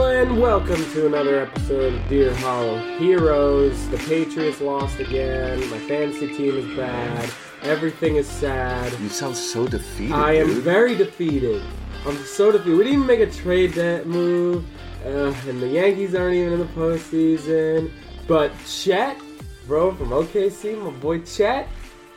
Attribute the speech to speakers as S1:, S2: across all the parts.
S1: Welcome to another episode of Deer Hollow Heroes. The Patriots lost again. My fantasy team is bad. Everything is sad.
S2: You sound so defeated.
S1: I am
S2: dude.
S1: very defeated. I'm so defeated. We didn't even make a trade that move, uh, and the Yankees aren't even in the postseason. But Chet, bro, from OKC, my boy Chet.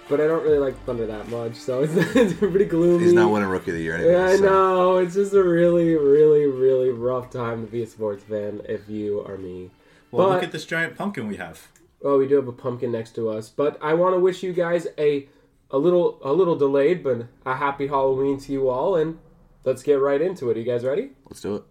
S1: But I don't really like Thunder that much, so it's, it's pretty gloomy.
S2: He's not winning Rookie of the Year anyway.
S1: Yeah, I
S2: so.
S1: know. It's just a really, really, really rough time to be a sports fan if you are me.
S3: Well,
S1: but
S3: look at this giant pumpkin we have.
S1: oh, we do have a pumpkin next to us. But I want to wish you guys a a little a little delayed, but a happy Halloween to you all, and let's get right into it. Are you guys ready?
S2: Let's do it.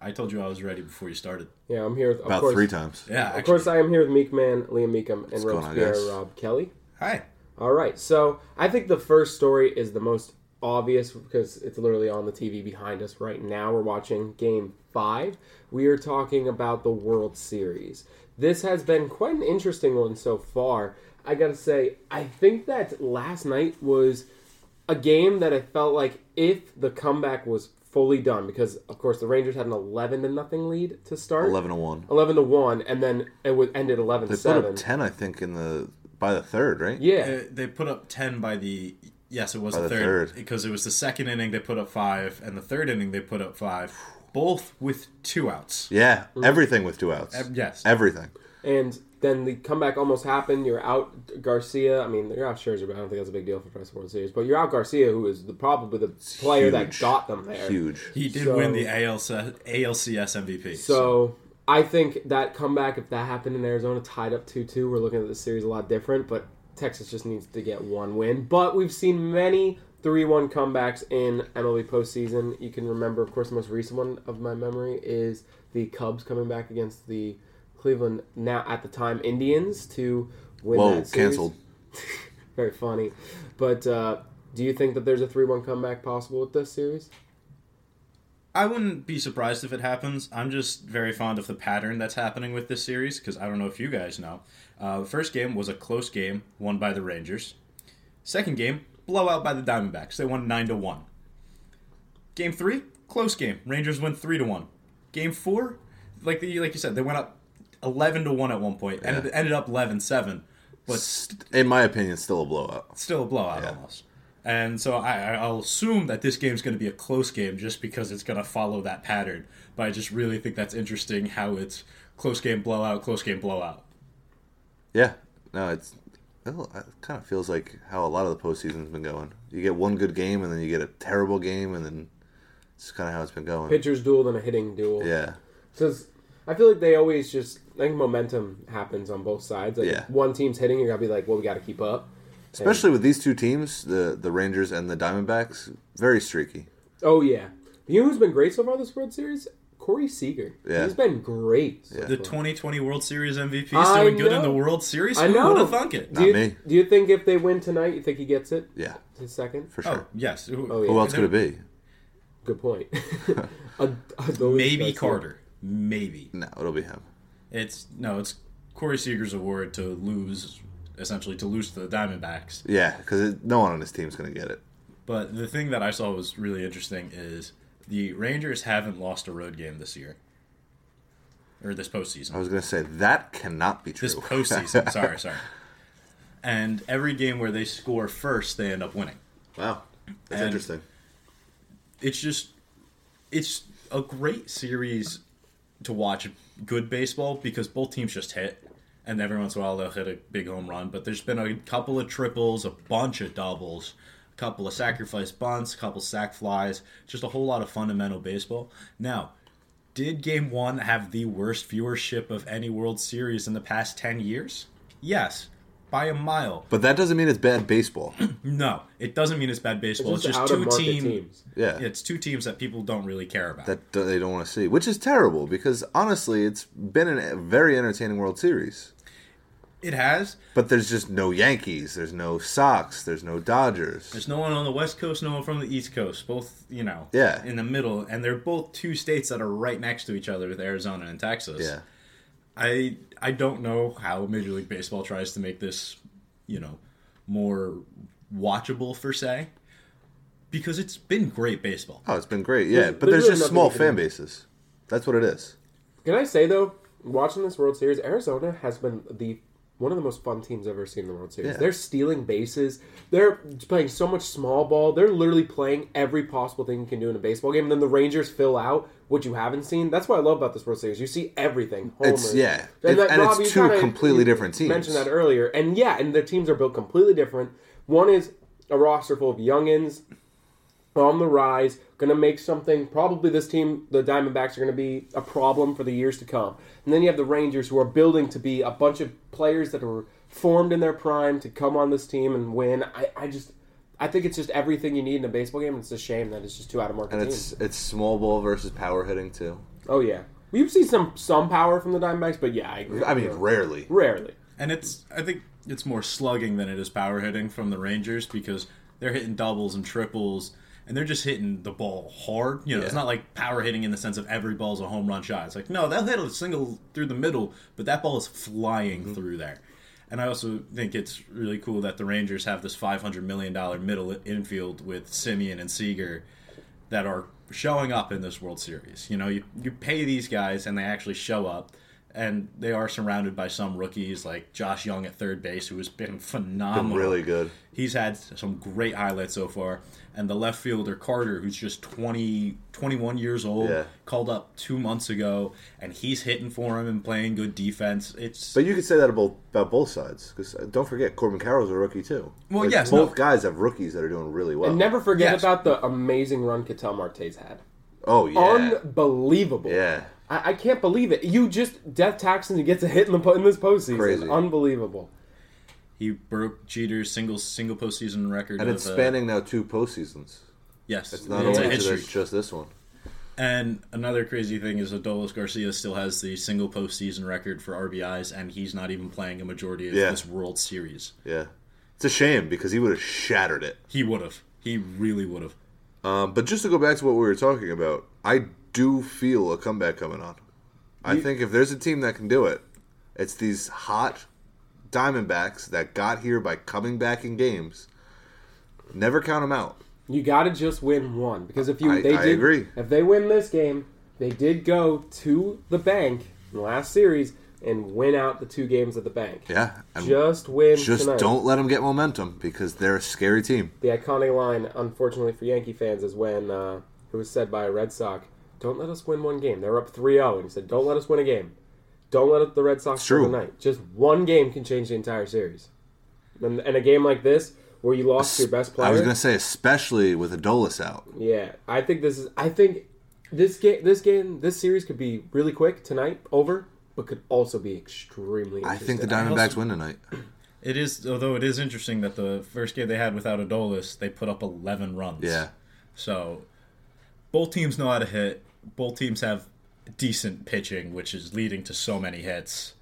S3: I told you I was ready before you started.
S1: Yeah, I'm here. With, of
S2: About
S1: course,
S2: three times.
S3: Yeah,
S1: Of course, I am here with Meek Man, Liam Meekum, and
S2: going on,
S1: Robespierre
S2: guys?
S1: Rob Kelly.
S3: Hi.
S1: All right, so I think the first story is the most obvious because it's literally on the TV behind us right now. We're watching Game Five. We are talking about the World Series. This has been quite an interesting one so far. I gotta say, I think that last night was a game that I felt like if the comeback was fully done, because of course the Rangers had an eleven to nothing lead to start,
S2: 11 to 1.
S1: 11 to one, and then it would ended eleven
S2: They put up
S1: seven.
S2: 10, I think, in the by the third, right?
S1: Yeah,
S3: Uh, they put up 10 by the. Yes, it was
S2: By
S3: the
S2: the
S3: third.
S2: third.
S3: Because it was the second inning they put up five, and the third inning they put up five, both with two outs.
S2: Yeah.
S1: Mm-hmm.
S2: Everything with two outs.
S3: Ev- yes.
S2: Everything.
S1: And then the comeback almost happened. You're out Garcia. I mean, you're out Scherzer, but I don't think that's a big deal for the rest of the World Series. But you're out Garcia, who is the, probably the player that
S2: Huge.
S1: got them there.
S2: Huge.
S3: He did
S1: So-
S3: win the ALC- ALCS MVP.
S1: So I think that comeback, if that happened in Arizona, tied up 2 2, we're looking at the series a lot different. But Texas just needs to get one win. But we've seen many 3 1 comebacks in MLB postseason. You can remember, of course, the most recent one of my memory is the Cubs coming back against the Cleveland, now at the time, Indians to win
S2: Whoa,
S1: that series.
S2: canceled.
S1: Very funny. But uh, do you think that there's a 3 1 comeback possible with this series?
S3: I wouldn't be surprised if it happens. I'm just very fond of the pattern that's happening with this series because I don't know if you guys know. Uh, first game was a close game won by the Rangers. Second game, blowout by the Diamondbacks. They won nine to one. Game three, close game. Rangers win three to one. Game four, like the like you said, they went up eleven to one at one point. Ended, ended up 11-7, but
S2: St- In my opinion, still a blowout.
S3: still a blowout almost. And so I, I- I'll assume that this game's going to be a close game just because it's going to follow that pattern. But I just really think that's interesting how it's close game blowout, close game blowout.
S2: Yeah. No, it's. well, It kind of feels like how a lot of the postseason's been going. You get one good game, and then you get a terrible game, and then it's kind of how it's been going.
S1: Pitcher's duel than a hitting duel.
S2: Yeah.
S1: Because I feel like they always just I think momentum happens on both sides. Like
S2: Yeah.
S1: if one team's hitting, you're gonna be like, well, we got to keep up.
S2: Especially with these two teams, the the Rangers and the Diamondbacks, very streaky.
S1: Oh yeah, you know who's been great so far this World Series? Corey Seager.
S2: Yeah.
S1: he's been great. so far.
S3: The 2020 World Series MVP is
S1: I
S3: doing good
S1: know.
S3: in the World Series.
S1: I
S3: Who
S1: know.
S3: would have thunk it?
S1: do you,
S2: Not me.
S1: Do you think if they win tonight, you think he gets it?
S2: Yeah,
S1: His second.
S2: for sure.
S3: Oh yes. Who,
S1: yeah.
S2: Who else could it be?
S1: Good point. Ad- Adolis
S3: Maybe
S1: Garcia.
S3: Carter. Maybe
S2: No, it'll be him.
S3: it's no. It's Corey Seager's award to lose, essentially to lose to the Diamondbacks.
S2: Yeah, because no one on his team's going to get it.
S3: But the thing that I saw was really interesting is the Rangers haven't lost a road game this year. Or this
S2: I
S3: postseason.
S2: was going to say that cannot be true.
S3: This postseason, sorry, sorry. And every game where they score first, they end up winning.
S2: wow, that's
S3: And-
S2: interesting.
S3: It's just it's a great series to watch good baseball because both teams just hit and every once in a while they'll hit a big home run, but there's been a couple of triples, a bunch of doubles, a couple of sacrifice bunts, a couple sack flies, just a whole lot of fundamental baseball. Now, Did Game 1 have the worst viewership of any World Series in the past 10 years? Yes, by a mile.
S2: But that doesn't mean it's bad baseball.
S3: No, it doesn't mean it's bad baseball.
S1: Just,
S3: It's just,
S1: out of
S3: two
S1: market
S3: team,
S1: teams.
S2: Yeah,
S3: It's two teams that people don't really care about.
S2: that that they don't want to see, which is terrible because honestly, it's been an- a very entertaining World Series.
S3: it has.
S2: But there's just no Yankees, there's no Sox, there's no Dodgers.
S3: There's no one on the West Coast, no one from the East Coast. Both, you know,
S2: Yeah.
S3: in the middle, and they're both two states that are right next to each other with Arizona and Texas.
S2: Yeah,
S3: I I don't know how Major League Baseball tries to make this, you know, more watchable for say, because it's been great baseball.
S2: oh, it's been great. Yeah,
S1: There's- there's
S2: but there's
S1: really
S2: just
S1: nothing
S2: small
S1: you can
S2: fan
S1: do.
S2: bases. That's what it is.
S1: Can I say though, watching this World Series, Arizona has been the one of the most fun teams I've ever seen in the World Series.
S2: Yeah.
S1: They're stealing bases. They're playing so much small ball. They're literally playing every possible thing you can do in a baseball game. And then the Rangers fill out what you haven't seen. That's what I love about this World Series. You see everything. Homers.
S2: It's yeah, and,
S1: that-
S2: and
S1: Rob,
S2: it's
S1: you
S2: two
S1: kinda-
S2: completely
S1: you
S2: different teams.
S1: Mentioned that earlier, and yeah, and their teams are built completely different. One is a roster full of youngins on the rise, going to make something. Probably this team, the Diamondbacks, are going to be a problem for the years to come. And then you have the Rangers, who are building to be a bunch of players that were formed in their prime to come on this team and win. I, I just, I think it's just everything you need in a baseball game. and It's a shame that it's just two out of market
S2: and
S1: teams.
S2: it's it's small ball versus power hitting too.
S1: Oh yeah, we've seen some some power from the Diamondbacks, but yeah, I agree.
S2: I mean, rarely.
S1: rarely.
S3: And it's I think it's more slugging than it is power hitting from the Rangers because they're hitting doubles and triples and they're just hitting the ball hard. You know, it's
S2: Yeah.
S3: not like power hitting in the sense of every ball's a home run shot. It's like, no, they'll hit a single through the middle, but that ball is flying through there. And I also think it's really cool that the Rangers have this five hundred million dollar middle infield with Simeon and Seager that are showing up in this World Series. You know, you, you pay these guys and they actually show up, and they are surrounded by some rookies like Josh Young at third base, who has been phenomenal.
S2: really good.
S3: He's had some great highlights so far. And the left fielder Carter, who's just 20, 21 years old,
S2: Yeah.
S3: called up two months ago, and he's hitting for him and playing good defense. It's
S2: But you could say that about, about both sides because don't forget Corbin Carroll's a rookie too.
S3: Well,
S2: Like,
S3: yes,
S2: both
S3: no.
S2: guys have rookies that are doing really well.
S1: And never forget
S3: Yes.
S1: about the amazing run Cattell Marte's had.
S2: oh yeah,
S1: Unbelievable.
S2: yeah.
S1: I, I can't believe it. You just death taxing to get to hit in the po- in this postseason.
S2: Crazy.
S1: Unbelievable.
S3: he broke Jeter's single single postseason record.
S2: And
S3: of,
S2: it's
S3: uh,
S2: spanning now two postseasons.
S3: yes,
S2: It's not
S3: a
S2: only
S3: hit streak.
S2: just, just this one.
S3: And another crazy thing is Adolis Garcia still has the single postseason record for RBIs, and he's not even playing a majority of
S2: Yeah.
S3: this World Series.
S2: Yeah, it's a shame because he would have shattered it.
S3: He would have. He really would have.
S2: Um, but just to go back to what we were talking about, I do feel a comeback coming on. I think if there's a team that can do it, it's these hot Diamondbacks that got here by coming back in games. Never count them out.
S1: You got to just win one because if you
S2: I-
S1: they
S2: I
S1: did
S2: agree.
S1: if they win this game, they did go to the bank in the last series and win out the two games at the bank.
S2: Yeah, and
S1: Just win.
S2: just
S1: tonight.
S2: don't let them get momentum because they're a scary team.
S1: The iconic line, unfortunately for Yankee fans, is when uh, it was said by a Red Sox, "Don't let us win one game. They're up 3-0. and he said, "Don't let us win a game. Don't let the Red Sox
S2: It's
S1: win
S2: true.
S1: tonight. Just one game can change the entire series." And, and a game like this, where you lost to your best player,
S2: I was gonna say, especially with Adolis out.
S1: yeah, I think this is. I think this game, this game, this series could be really quick tonight, over, but could also be extremely.
S2: I think the
S1: interesting.
S2: Diamondbacks win tonight.
S3: It is, although it is interesting that the first game they had without Adolis, they put up 11 runs.
S2: Yeah,
S3: So both teams know how to hit. Both teams have decent pitching, which is leading to so many hits.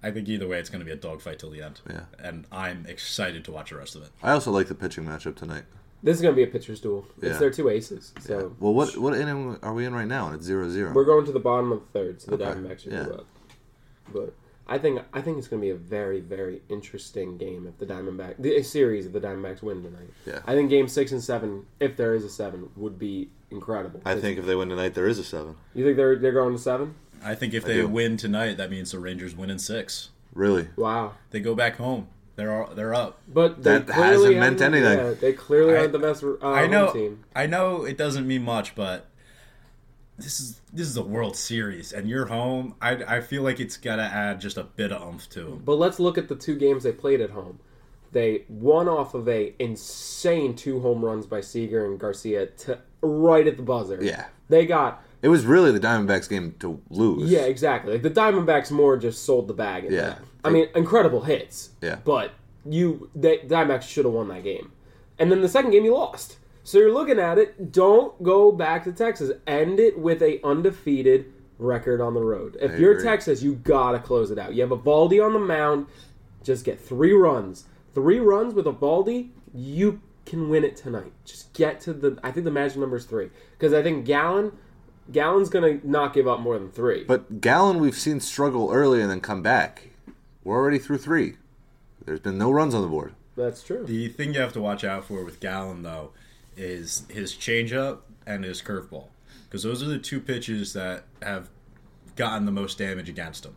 S3: I think either way, it's going to be a dogfight till the end.
S2: Yeah.
S3: And I'm excited to watch the rest of it.
S2: I also like the pitching matchup tonight.
S1: this is going to be a pitcher's duel. It's
S2: Yeah.
S1: their two aces, so
S2: Well, what what inning are we in right now? And it's zero zero.
S1: We're going to the bottom of the third, so the
S2: Okay,
S1: Diamondbacks should
S2: yeah.
S1: go up. But I think I think it's going to be a very very interesting game if the Diamondback the a series if the Diamondbacks win tonight.
S2: Yeah.
S1: I think game six and seven, if there is a seven, would be incredible.
S2: I think if they win tonight, there is a seven.
S1: you think they're they're going to seven.
S3: I think if they
S2: do.
S3: win tonight, that means the Rangers win in six.
S2: Really?
S1: Wow,
S3: They go back home. They're all, they're up.
S1: but they
S2: That
S1: clearly
S2: hasn't meant
S1: haven't-
S2: anything.
S1: yeah, they clearly
S3: I-
S1: aren't the best. Uh,
S3: I know.
S1: home team.
S3: I know it doesn't mean much, but this is this is a World Series, and you're home. I, I feel like it's got to add just a bit of oomph to 'em.
S1: But let's look at the two games they played at home. They won off of a insane two home runs by Seager and Garcia to right at the buzzer.
S2: Yeah.
S1: They got
S2: It was really the Diamondbacks game to lose.
S1: Yeah, exactly. Like the Diamondbacks more just sold the bag. at
S2: Yeah.
S1: that. I mean, incredible hits.
S2: Yeah.
S1: But you, the Diamondbacks should have won that game, and then the second game you lost. So you're looking at it. Don't go back to Texas. End it with a undefeated record on the road. If you're
S2: agree.
S1: Texas, you gotta close it out. You have a Baldy on the mound. Just get three runs. Three runs with a Baldy, you can win it tonight. Just get to the. I think the magic number is three because I think Gallon. Gallon's gonna not give up more than three.
S2: But Gallon, we've seen struggle early and then come back. We're already through three. There's been no runs on the board.
S1: That's true.
S3: The thing you have to watch out for with Gallon, though, is his changeup and his curveball, because those are the two pitches that have gotten the most damage against him.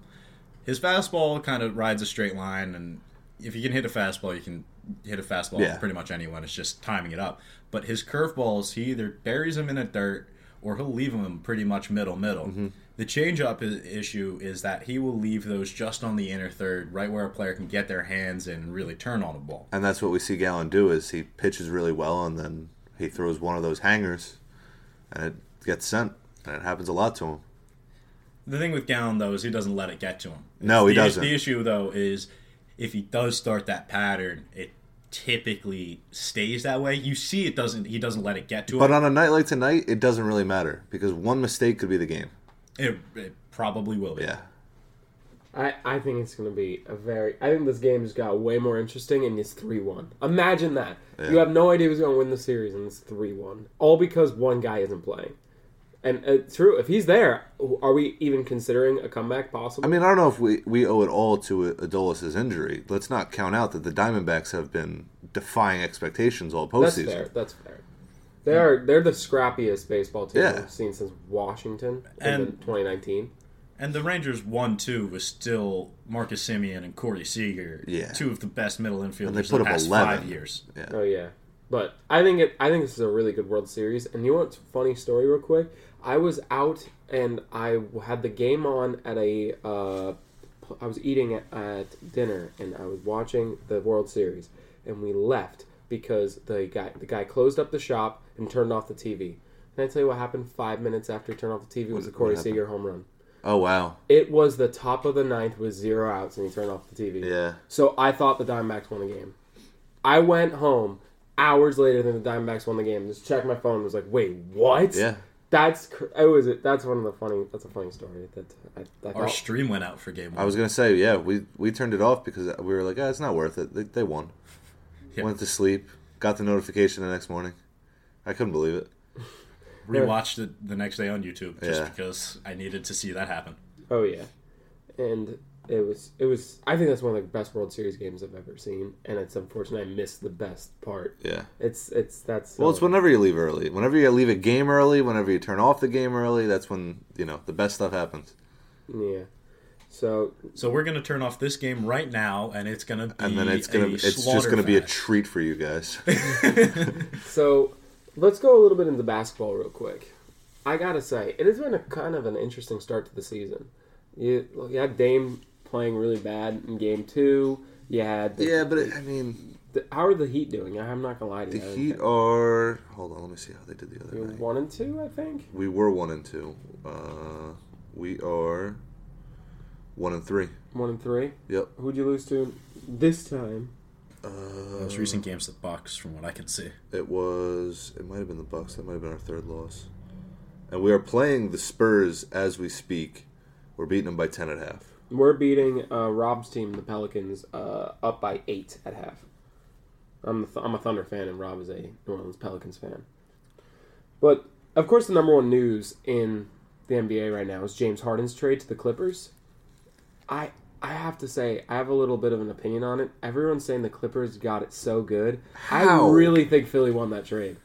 S3: His fastball kind of rides a straight line, and if you can hit a fastball, you can hit a fastball
S2: Yeah.
S3: from pretty much anyone. It's just timing it up. But his curveballs, he either buries him in the dirt or he'll leave him pretty much middle middle. The changeup i- issue is that he will leave those just on the inner third, right where a player can get their hands and really turn on a ball.
S2: and that's what we see Gallon do is he pitches really well and then he throws one of those hangers and it gets sent and it happens a lot to him.
S3: The thing with Gallon though is he doesn't let it get to him.
S2: No, he
S3: The-
S2: doesn't.
S3: The issue though is if he does start that pattern, it typically stays that way. You see, it doesn't. He doesn't let it get to
S2: But uh,
S3: him.
S2: on a night like tonight, it doesn't really matter because one mistake could be the game.
S3: It, it probably will be.
S2: Yeah.
S1: I, I think it's going to be a very. I think this game just got way more interesting, and it's 3 1. Imagine that. You have no idea who's going to win the series, and it's 3 1. All because one guy isn't playing. And uh, true, if he's there, are we even considering a comeback possible?
S2: I mean, I don't know if we, we owe it all to Adolis's injury. Let's not count out that the Diamondbacks have been defying expectations all
S1: that's
S2: postseason.
S1: fair. That's fair. They are they're the scrappiest baseball team
S2: Yeah.
S1: we've seen since Washington in
S3: And-
S1: 2019.
S3: And the Rangers one two was still Marcus Simeon and Corey Seager.
S2: Yeah.
S3: Two of the best middle infielders
S2: they put
S3: in the
S2: up
S3: past
S2: 11.
S3: five years.
S1: Oh yeah, but I think it. I think this is a really good World Series. And you know what's a funny story, real quick? I was out and I had the game on at a. Uh, I was eating at, at dinner and I was watching the World Series, and we left because the guy the guy closed up the shop and turned off the TV. Can I tell you what happened five minutes after he turned off the TV was the Corey
S2: happened?
S1: Seager home run.
S2: Oh, wow.
S1: It was the top of the ninth with zero outs, and he turned off the TV.
S2: Yeah.
S1: So I thought the Diamondbacks won the game. I went home hours later than the Diamondbacks won the game. Just checked my phone. and Was like, wait, what?
S2: Yeah.
S1: That's cr- oh, it was that's one of the funny. That's a funny story. That I, I
S3: Our
S1: thought,
S3: stream went out for game one.
S2: I was going to say, yeah, we, we turned it off because we were like, ah, it's not worth it. They, they won.
S3: Yeah.
S2: Went to sleep, got the notification the next morning. I couldn't believe it.
S3: rewatched it the next day on YouTube just
S2: Yeah.
S3: because I needed to see that happen.
S1: oh yeah, and it was it was. I think that's one of the best World Series games I've ever seen, and it's unfortunate I missed the best part.
S2: Yeah.
S1: It's it's that's
S2: Well, it's whenever you leave early. Whenever you leave a game early, whenever you turn off the game early, that's when, you know, the best stuff happens.
S1: yeah. So
S3: So we're gonna turn off this game right now, and it's gonna be
S2: And then it's
S3: a
S2: gonna it's just gonna be a treat for you guys.
S1: So let's go a little bit into basketball real quick. I gotta say, it has been a kind of an interesting start to the season. You, you had Dame playing really bad in game two. You had the,
S2: yeah, but it, I mean
S1: the- how are the Heat doing? I'm not gonna lie to
S2: the
S1: you. I
S2: Heat
S1: think
S2: are hold on, let me see how they did the other
S1: you're
S2: night.
S1: one and two, I think.
S2: We were one and two. Uh, we are one and three.
S1: One and three.
S2: Yep.
S1: Who'd you lose to this time?
S2: Uh,
S3: most recent games of the Bucks, from what I can see.
S2: it was it might have been the Bucks. That might have been our third loss. And we are playing the Spurs as we speak. We're beating them by ten at half.
S1: We're beating uh, Rob's team, the Pelicans, uh, up by eight at half. I'm a th- I'm a Thunder fan, and Rob is a New Orleans Pelicans fan. But of course, the number one news in the NBA right now is James Harden's trade to the Clippers. I I have to say I have a little bit of an opinion on it. Everyone's saying the Clippers got it so good.
S2: How?
S1: I really think Philly won that trade.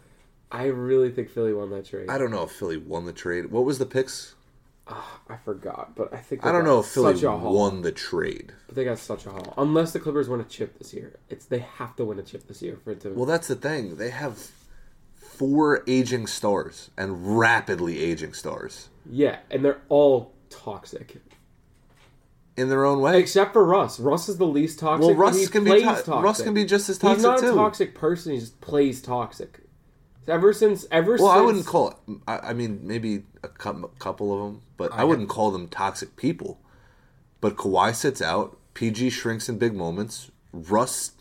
S1: I really think Philly won that trade.
S2: I don't know if Philly won the trade. What was the picks?
S1: I forgot, but I think
S2: I don't
S1: they
S2: know
S1: got
S2: if Philly
S1: such a haul.
S2: won the trade.
S1: But they got such a haul. Unless the Clippers win a chip this year, it's they have to win a chip this year for it to.
S2: Well, that's the thing. They have four aging stars and rapidly aging stars
S1: yeah, and they're all toxic
S2: in their own way.
S1: except for Russ. Russ is the least toxic.
S2: Well,
S1: and
S2: Russ
S1: he
S2: can be
S1: plays
S2: to- Russ can be just as
S1: He's not
S2: toxic,
S1: a
S2: too.
S1: toxic person. He just plays toxic. Ever since, ever since.
S2: Well, I wouldn't call it. I, I mean, maybe a cou- couple of them, but I, wouldn't call them toxic people. But Kawhi sits out. PG shrinks in big moments. Russ,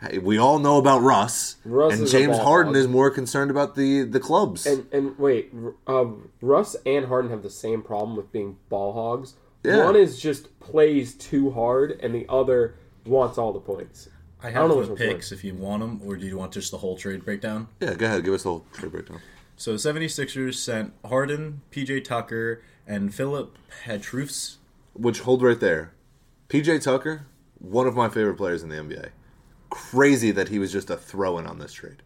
S2: hey, we all know about Russ.
S1: Russ
S2: and
S1: is a
S2: James
S1: ball
S2: Harden
S1: hog.
S2: is more concerned about the the clubs.
S1: And, and wait, uh, Russ and Harden have the same problem with being ball hogs.
S2: Yeah.
S1: One is just plays too hard, and the other wants all the points.
S3: I
S1: don't
S3: have
S1: know
S3: the
S1: which one's
S3: picks if you want them, or do you want just the whole trade breakdown?
S2: yeah, go ahead. Give us the whole trade breakdown.
S3: So the 76ers sent Harden, PJ Tucker, and Philip Petrus.
S2: Which hold right there. PJ Tucker, one of my favorite players in the NBA. Crazy that he was just a throw in on this trade.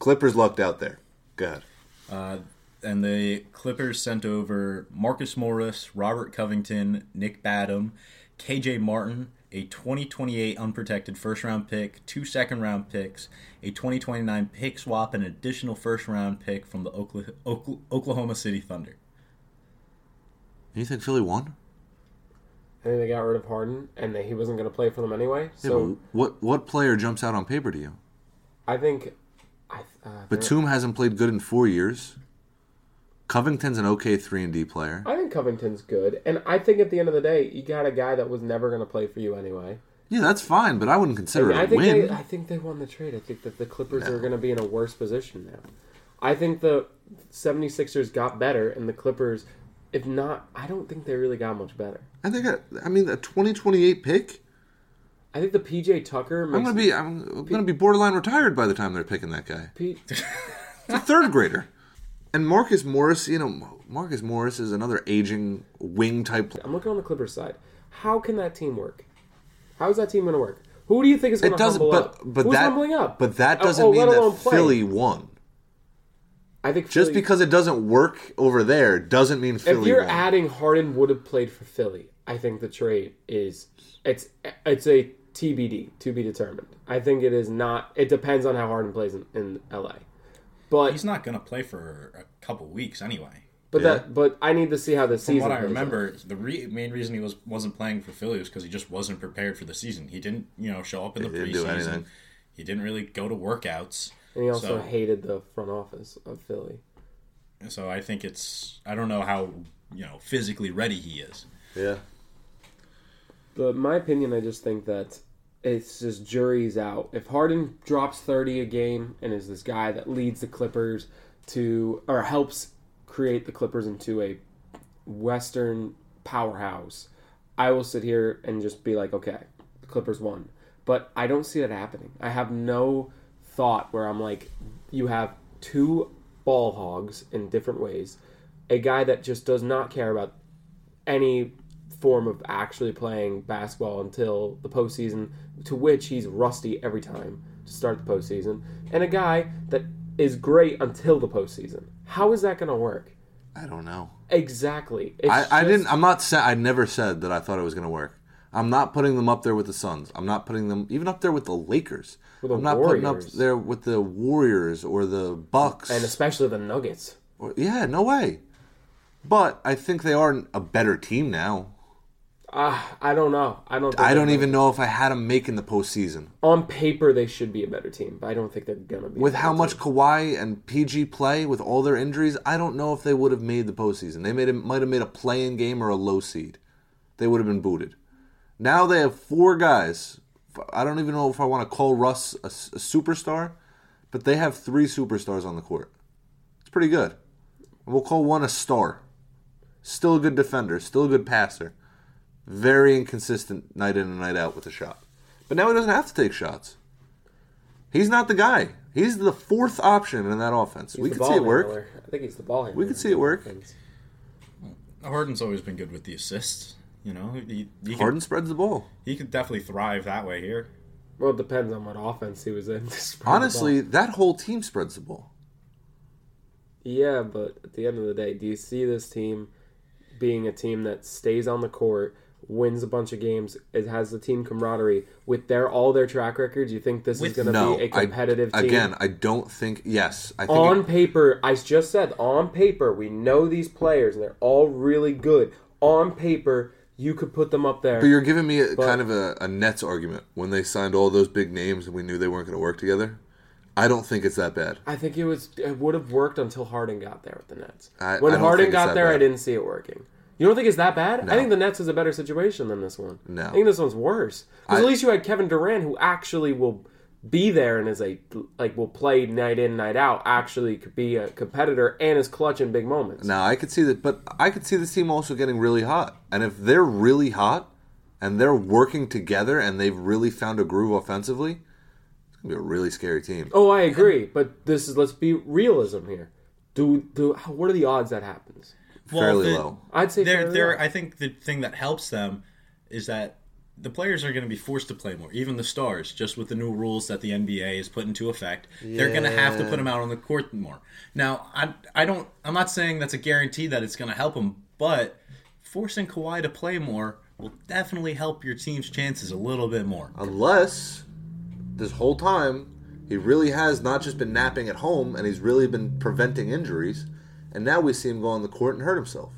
S2: Clippers lucked out there. Go ahead.
S3: Uh, and the Clippers sent over Marcus Morris, Robert Covington, Nick Batum, KJ Martin, a 2028 unprotected first round pick, two second round picks, a 2029 pick swap, and an additional first round pick from the Okla- Okla- Oklahoma City Thunder.
S2: You think Philly won?
S1: And they got rid of Harden, and they, he wasn't going to play for them anyway.
S2: Yeah,
S1: So
S2: but what what player jumps out on paper to you?
S1: I think, I, uh,
S2: Batum hasn't played good in four years. Covington's an okay three and D player.
S1: I think Covington's good, and I think at the end of the day, you got a guy that was never going to play for you anyway.
S2: Yeah, that's fine, but I wouldn't consider
S1: I
S2: it a
S1: think
S2: win.
S1: they, I think they won the trade. I think that the Clippers are going to be in a worse position now. I think the 76ers got better, and the Clippers, if not, I don't think they really got much better.
S2: And they got, I mean, a twenty twenty eight pick.
S1: I think the PJ Tucker. Makes,
S2: I'm gonna be, I'm gonna be borderline retired by the time they're picking that guy.
S1: P-
S2: It's a third grader. And Marcus Morris, you know, Marcus Morris is another aging wing type. player.
S1: I'm looking on the Clippers side. How can that team work? How is that team going to work? Who do you think is going
S2: It
S1: to
S2: doesn't,
S1: humble
S2: but
S1: up?
S2: but
S1: Who's
S2: that
S1: humbling up?
S2: but that
S1: Oh,
S2: doesn't
S1: oh,
S2: mean
S1: let alone
S2: that
S1: play.
S2: Philly won.
S1: I think
S2: Just
S1: Philly-
S2: because it doesn't work over there doesn't mean Philly
S1: if you're
S2: won.
S1: adding Harden would have played for Philly, I think the trade is it's it's a TBD to be determined. I think it is not. It depends on how Harden plays in, in LA. But
S3: He's not going to play for a couple weeks anyway.
S1: but
S2: Yeah.
S1: that but I need to see how the
S3: From
S1: season.
S3: what I
S1: plays out.
S3: remember, the re- main reason he was wasn't playing for Philly was because he just wasn't prepared for the season. He didn't, you know, show up in the
S2: He didn't do
S3: preseason.
S2: anything.
S3: He didn't really go to workouts.
S1: and he also
S3: so,
S1: hated the front office of Philly.
S3: so I think it's I don't know how you know physically ready he is.
S2: yeah,
S1: But my opinion, I just think that it's just jury's out. If Harden drops 30 a game and is this guy that leads the Clippers to, or helps create the Clippers into a Western powerhouse, I will sit here and just be like, okay, the Clippers won. But I don't see that happening. I have no thought where I'm like, you have two ball hogs in different ways, a guy that just does not care about any form of actually playing basketball until the postseason, to which he's rusty every time to start the postseason, and a guy that is great until the postseason. How is that going to work?
S2: I don't know.
S1: Exactly. It's
S2: I, I
S1: just-
S2: didn't. I'm not. Sa- I never said that I thought it was going to work. I'm not putting them up there with the Suns. I'm not putting them even up there with the Lakers.
S1: the
S2: I'm not putting up
S1: Warriors.
S2: there with the Warriors or the Bucks.
S1: and especially the Nuggets.
S2: Or- yeah, no way. But I think they are a better team now.
S1: Ah, I don't know. I don't. Think
S2: I
S1: they're
S2: don't
S1: gonna-
S2: even know if I had them making the postseason
S1: On paper, they should be a better team, but I don't think they're gonna be.
S2: with how much Kawhi and PG play with all their injuries. I don't know if they would have made the postseason. They made it, might have made a play-in game or a low seed. They would have been booted. Now they have four guys. F- I don't even know if I want to call Russ a, s- a superstar, but they have three superstars on the court. It's pretty good. And we'll call one a star. Still a good defender. Still a good passer. Very inconsistent night in and night out with the shot. But now he doesn't have to take shots. He's not the guy. He's the fourth option in that offense. we
S1: He's the
S2: could
S1: ball
S2: see it work.
S1: handler. I think he's the ball handler.
S2: could see it work.
S3: Harden's always been good with the assists. You know, he, he, could,
S2: Harden spreads the ball.
S3: he could definitely thrive that way here.
S1: Well, it depends on what offense he was in. Spread the ball.
S2: Honestly, that whole team spreads the ball.
S1: Yeah, but at the end of the day, do you see this team being a team that stays on the court, wins a bunch of games, it has the team camaraderie with their all their track records? You think this is
S3: With-
S1: going to
S2: No,
S1: be a
S2: I-
S1: competitive team?
S2: Again, I don't think. Yes, I think. it-
S1: on paper, I just said on paper, we know these players and they're all really good. On paper, you could put them up there.
S2: But you're giving me a, kind of a, a Nets argument when they signed all those big names and we knew they weren't going to work together. I don't think it's that bad.
S1: I think it was it would have worked until Harden got there with the Nets.
S2: I-
S1: when
S2: I don't
S1: Harden
S2: think it's
S1: got
S2: that
S1: there, I
S2: bad.
S1: didn't see it working. You don't think it's that bad? I think the Nets is a better situation than this one.
S2: No.
S1: I think this one's worse. 'Cause at
S2: I-
S1: least you had Kevin Durant, who actually will be there and is a like will play night in night out. Actually, could be a competitor and is clutch in big moments.
S2: Now I could see that, but I could see this team also getting really hot. And if they're really hot and they're working together and they've really found a groove offensively, it's gonna be a really scary team.
S1: Oh, I agree, but this is let's be realism here. Do do how- what are the odds that happens?
S2: Fairly
S3: the-
S2: low.
S1: I'd say
S3: They're,
S1: fairly
S3: they're,
S1: low.
S3: I think the thing that helps them is that the players are going to be forced to play more. Even the stars, just with the new rules that the NBA has put into effect, they're going to have to
S2: Yeah.
S3: put them out on the court more. Now, I I don't I'm not saying that's a guarantee that it's going to help them, but forcing Kawhi to play more will definitely help your team's chances a little bit more.
S2: Unless this whole time he really has not just been napping at home and he's really been preventing injuries, and now we see him go on the court and hurt himself.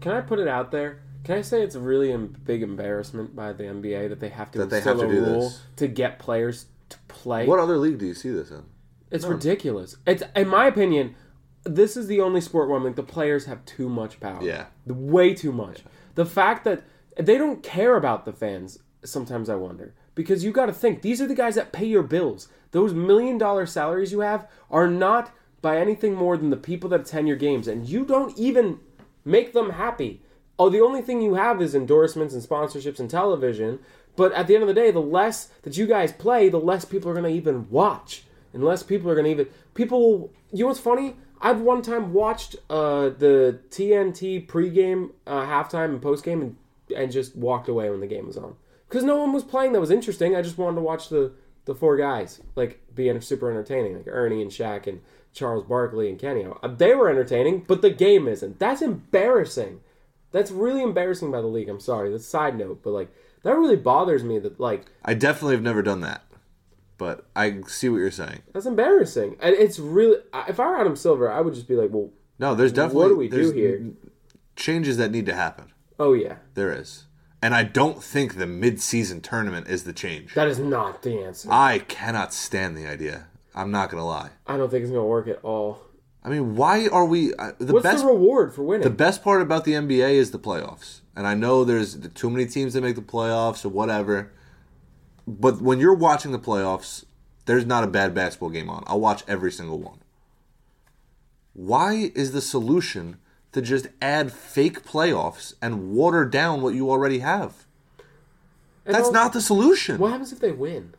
S1: Can I put it out there? Can I say it's a really em- big embarrassment by the NBA that they have to
S2: That they
S1: instill
S2: have to
S1: a
S2: do
S1: rule
S2: this.
S1: to get players to play?
S2: What other league do you see this in?
S1: It's ridiculous. It's in my opinion, this is the only sport where I'm like the players have too much power.
S2: Yeah.
S1: The- way too much. The fact that they don't care about the fans, sometimes I wonder. Because you got to think these are the guys that pay your bills. Those million dollar salaries you have are not by anything more than the people that attend your games and you don't even make them happy. Oh, the only thing you have is endorsements and sponsorships and television. But at the end of the day, the less that you guys play, the less people are going to even watch. And less people are going to even. People. You know what's funny? I've one time watched uh, the TNT pregame, uh, halftime, and postgame, and, and just walked away when the game was on because no one was playing that was interesting. I just wanted to watch the the four guys like be en- super entertaining, like Ernie and Shaq and Charles Barkley and Kenny. Uh, They were entertaining, but the game isn't. That's embarrassing. That's really embarrassing by the league. I'm sorry. That's a side note, but like that really bothers me. That like
S2: I definitely have never done that, but I see what you're saying.
S1: that's embarrassing. And it's really I- if I were Adam Silver, I would just be like, well,
S2: No, there's definitely
S1: what do we do
S2: there's
S1: here?
S2: Changes that need to happen.
S1: Oh yeah,
S2: There is, and I don't think the mid-season tournament is the change.
S1: that is not the answer.
S2: I cannot stand the idea. I'm not gonna lie.
S1: I don't think it's gonna work at all.
S2: I mean, why are we uh, the
S1: What's
S2: best?
S1: the reward for winning?
S2: The best part about the NBA is the playoffs. And I know there's too many teams that make the playoffs or whatever. But when you're watching the playoffs, there's not a bad basketball game on. I'll watch every single one. Why is the solution to just add fake playoffs and water down what you already have?
S1: And
S2: That's
S1: also,
S2: not the solution.
S1: What happens if they win?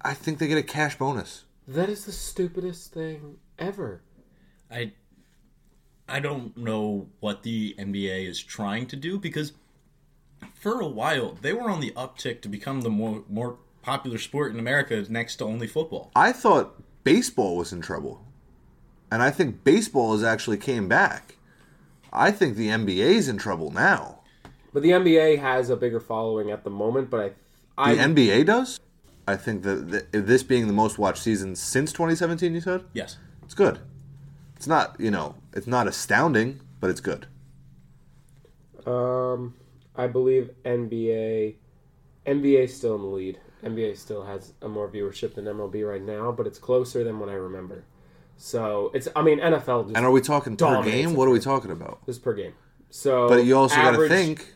S2: I think they get a cash bonus.
S1: That is the stupidest thing ever.
S3: I I don't know what the NBA is trying to do because for a while they were on the uptick to become the more more popular sport in America next to only football.
S2: I thought baseball was in trouble. And I think baseball has actually came back. I think the NBA's in trouble now.
S1: But the NBA has a bigger following at the moment. But I, I
S2: The NBA does? I think that th- this being the most watched season since 2017, you said?
S3: Yes.
S2: It's good. It's not, you know, it's not astounding, but it's good.
S1: um, I believe NBA, NBA still in the lead. NBA still has a more viewership than MLB right now, but it's closer than what I remember. So it's, I mean, NFL just,
S2: And are we talking per
S1: Dominates
S2: game?
S1: it.
S2: What are we talking about?
S1: just per game. So,
S2: But you also got to
S1: average-
S2: think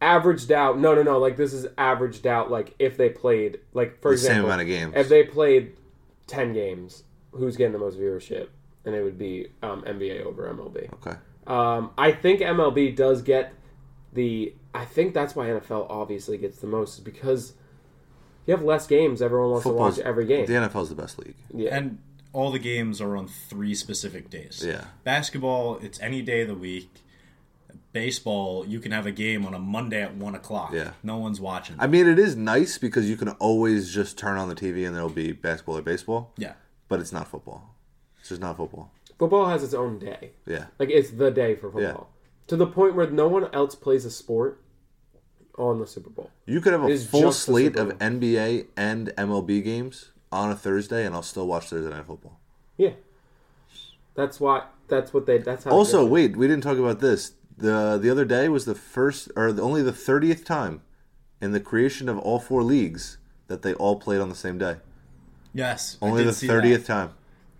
S1: averaged out. No, no, no. Like this is averaged out. Like if they played, like for
S2: the
S1: example,
S2: same amount of games.
S1: If they played ten games, who's getting the most viewership? And it would be um, NBA over MLB.
S2: okay.
S1: Um, I think MLB does get the. I think that's why NFL obviously gets the most is because you have less games. Everyone wants
S2: Football's
S1: to watch every game.
S2: The NFL's the best league.
S1: Yeah.
S3: And all the games are on three specific days.
S2: Yeah.
S3: Basketball, it's any day of the week. Baseball, you can have a game on a Monday at one o'clock.
S2: Yeah.
S3: No one's watching.
S2: I mean, it is nice because you can always just turn on the TV and there'll be basketball or baseball,
S3: yeah.
S2: but it's not football. It's just not football.
S1: football has its own day.
S2: Yeah.
S1: Like it's the day for football. To the point where no one else plays a sport on the Super Bowl.
S2: You could have a
S1: It's
S2: full
S1: just the
S2: slate
S1: Super
S2: of NBA and MLB games on a Thursday, and I'll still watch Thursday Night Football.
S1: Yeah. That's why. That's what they. That's how. they
S2: Also,
S1: do it.
S2: wait, we didn't talk about this. the The other day was the first, or the, only the thirtieth time in the creation of all four leagues that they all played on the same day.
S3: Yes. I
S2: Only
S3: did
S2: the
S3: see that.
S2: thirtieth time.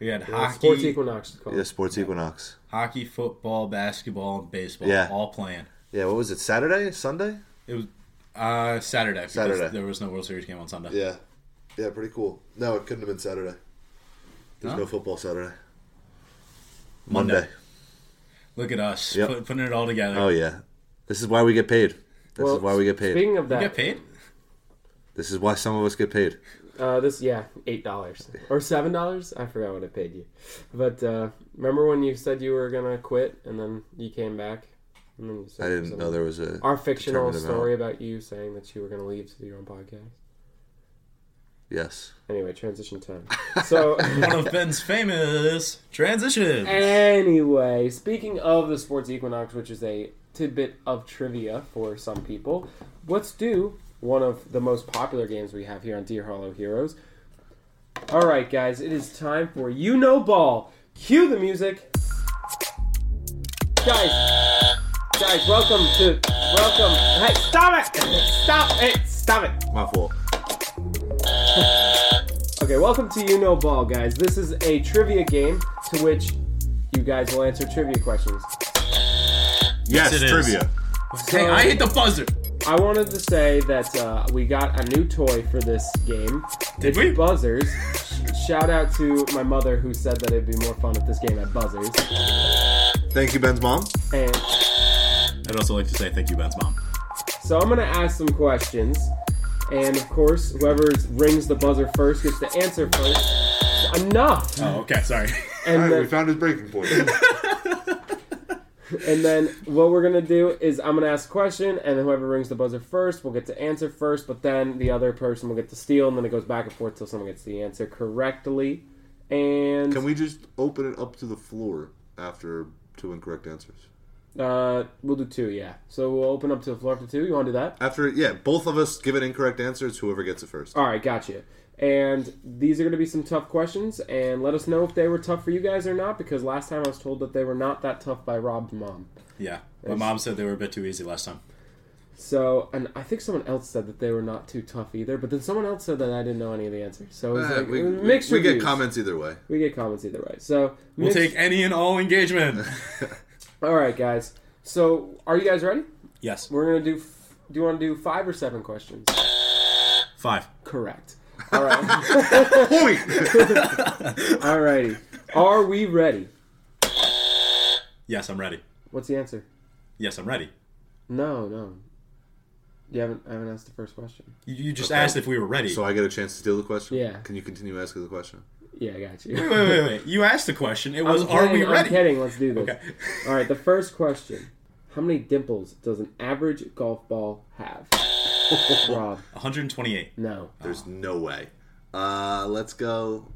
S3: We had
S1: The sports
S3: hockey,
S1: equinox is called.
S2: Yeah, sports equinox.
S3: hockey, football, basketball, and baseball
S2: Yeah.
S3: all playing.
S2: Yeah, what was it? Saturday, Sunday?
S3: It was uh, Saturday because
S2: Saturday.
S3: there was no World Series game on Sunday.
S2: Yeah, yeah, pretty cool. No, it couldn't have been Saturday. There's
S3: No? no
S2: football Saturday.
S3: Monday.
S2: Monday.
S3: Look at us
S2: Yep.
S3: put, putting it all together.
S2: Oh yeah, this is why we get paid. This
S1: Well,
S2: is why we get paid.
S1: Speaking of
S3: You get
S1: that,
S3: paid?
S2: This is why some of us get paid.
S1: uh, this yeah, eight dollars or seven dollars. I forgot what I paid you. But uh, remember when you said you were gonna quit and then you came back? Mm, so-
S2: I didn't know there was a
S1: Our fictional
S2: determined amount.
S1: story about you saying that you were going to leave to do your own podcast.
S2: Yes.
S1: Anyway, transition time. So,
S3: One of Ben's famous transitions.
S1: anyway, speaking of the sports equinox, which is a tidbit of trivia for some people, let's do one of the most popular games we have here on Dear Hollow Heroes. All right, guys, it is time for You Know Ball. Cue the music. Guys, guys, welcome to welcome. Hey, stop it! Stop it! Stop it!
S2: My fault.
S1: Okay, welcome to You Know Ball, guys. This is a trivia game to which you guys will answer trivia questions.
S2: Yes,
S3: it is.
S2: trivia.
S3: Hey,
S1: So,
S3: I hit the buzzer.
S1: I wanted to say that uh, we got a new toy for this game.
S3: Did we?
S1: Buzzers. Shout out to my mother who said that it'd be more fun if this game had buzzers.
S2: Thank you, Ben's mom.
S1: And
S3: I'd also like to say thank you, Ben's mom.
S1: so I'm gonna ask some questions, and of course, whoever rings the buzzer first gets to answer first. Enough.
S3: Oh, okay, sorry.
S1: And
S2: Alright,
S1: then,
S2: we found his breaking point.
S1: And then what we're gonna do is I'm gonna ask a question, and then whoever rings the buzzer first will get to answer first. But then the other person will get to steal, and then it goes back and forth till someone gets the answer correctly. And
S2: Can we just open it up to the floor after two incorrect answers?
S1: uh, we'll do two, yeah. So we'll open up to the floor for two. You want to do that?
S2: After yeah, both of us give an incorrect answer. It's whoever gets it first.
S1: All right, gotcha. And these are gonna be some tough questions, and let us know if they were tough for you guys or not. Because last time I was told that they were not that tough by Rob's mom.
S3: Yeah, my mom said they were a bit too easy last time.
S1: So, and I think someone else said that they were not too tough either, but then someone else said that I didn't know any of the answers. So it was
S2: Eh,
S1: like
S2: we,
S1: it was
S2: we-
S1: mixed
S2: we get
S1: reviews.
S2: comments either way.
S1: We get comments either way. So
S3: We'll
S1: mixed-
S3: take any and all engagement.
S1: All right, guys. So are you guys ready?
S3: yes,
S1: We're gonna do. F- do you want to do five or seven questions?
S3: five.
S1: Correct. All right.
S2: Point.
S1: All righty. Are we ready?
S3: Yes, I'm ready.
S1: What's the answer?
S3: Yes, I'm ready.
S1: No, no. You haven't. I haven't asked the first question.
S3: You, you just
S2: Okay.
S3: asked if we were ready.
S2: so I get a chance to steal the question.
S1: Yeah.
S2: Can you continue asking the question?
S1: Yeah, I got
S3: wait,
S1: you.
S3: wait, wait, wait. You asked the question. It was,
S1: I'm
S3: are we
S1: kidding,
S3: ready?
S1: I'm kidding. Let's do this.
S3: Okay.
S1: All right. The first question: How many dimples does an average golf ball have? Rob,
S3: 128.
S1: no.
S2: There's no way. Uh, let's go.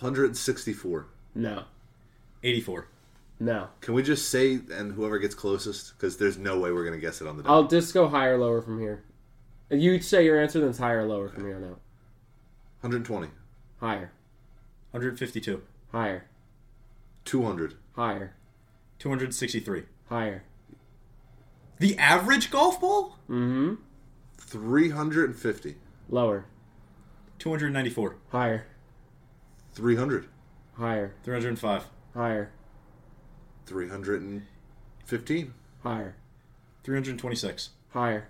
S2: 164.
S1: No.
S3: 84.
S1: No.
S2: Can we just say and whoever gets closest? Because there's no way we're gonna guess it on the day.
S1: I'll just go higher, lower from here. If you say your answer, then it's higher, lower from here on out.
S2: 120.
S1: Higher,
S3: 152.
S1: higher,
S2: 200.
S1: higher,
S3: 263.
S1: higher.
S3: The average golf ball?
S1: Mm-hmm.
S2: 350.
S1: Lower,
S3: 294.
S1: higher,
S2: 300.
S1: higher,
S3: 305.
S1: higher,
S2: 315.
S1: higher,
S3: 326.
S1: higher,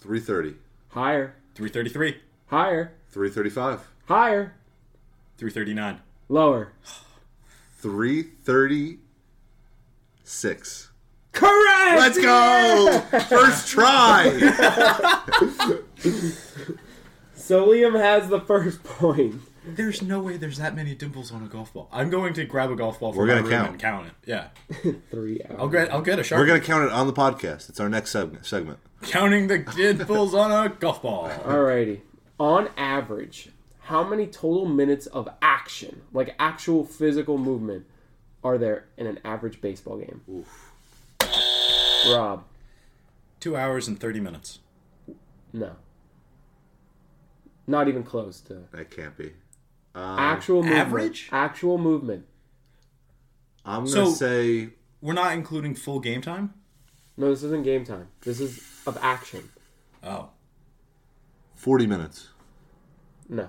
S2: 330.
S1: higher,
S3: 333.
S1: higher,
S2: 335.
S1: higher,
S3: 339.
S1: lower.
S2: 336.
S1: Correct.
S2: Let's go! First try!
S1: So Liam has the first point.
S3: There's no way there's that many dimples on a golf ball. I'm going to grab a golf ball from
S2: We're
S3: my
S2: gonna
S3: room
S2: count.
S3: and count it. Yeah.
S1: Three hours.
S3: I'll get I'll get a sharp.
S2: We're going to count it on the podcast. It's our next segment. segment.
S3: counting the dimples on a golf ball.
S1: Alrighty. On average, how many total minutes of action, like actual physical movement, are there in an average baseball game? Rob,
S3: 2 hours and 30 minutes.
S1: no. Not even close to
S2: That can't be.
S1: actual movement.
S3: average?
S1: Actual movement.
S2: I'm going to
S3: So-
S2: say
S3: We're not including full game time?
S1: No, this isn't game time. This is of action.
S3: Oh.
S2: 40 minutes.
S1: No,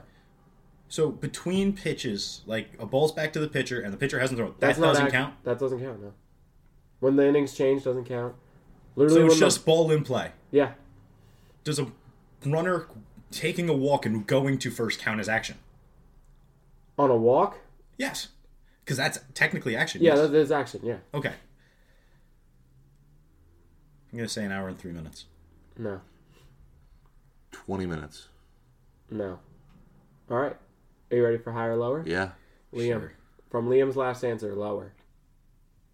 S3: So between pitches, like a ball's back to the pitcher and the pitcher hasn't thrown, that
S1: That's not
S3: doesn't
S1: ac-
S3: count.
S1: That doesn't count. No. When the innings change, doesn't count. Literally,
S3: So it's
S1: when the-
S3: just ball in play.
S1: yeah.
S3: Does a runner taking a walk and going to first count as action?
S1: On a walk,
S3: Yes, because that's technically action.
S1: yeah,
S3: yes.
S1: that, that's action. Yeah,
S3: okay. I'm gonna say an hour and three minutes.
S1: no,
S2: 20 minutes.
S1: no. All right, are you ready for higher, lower?
S2: Yeah.
S1: Liam. From Liam's last answer, lower.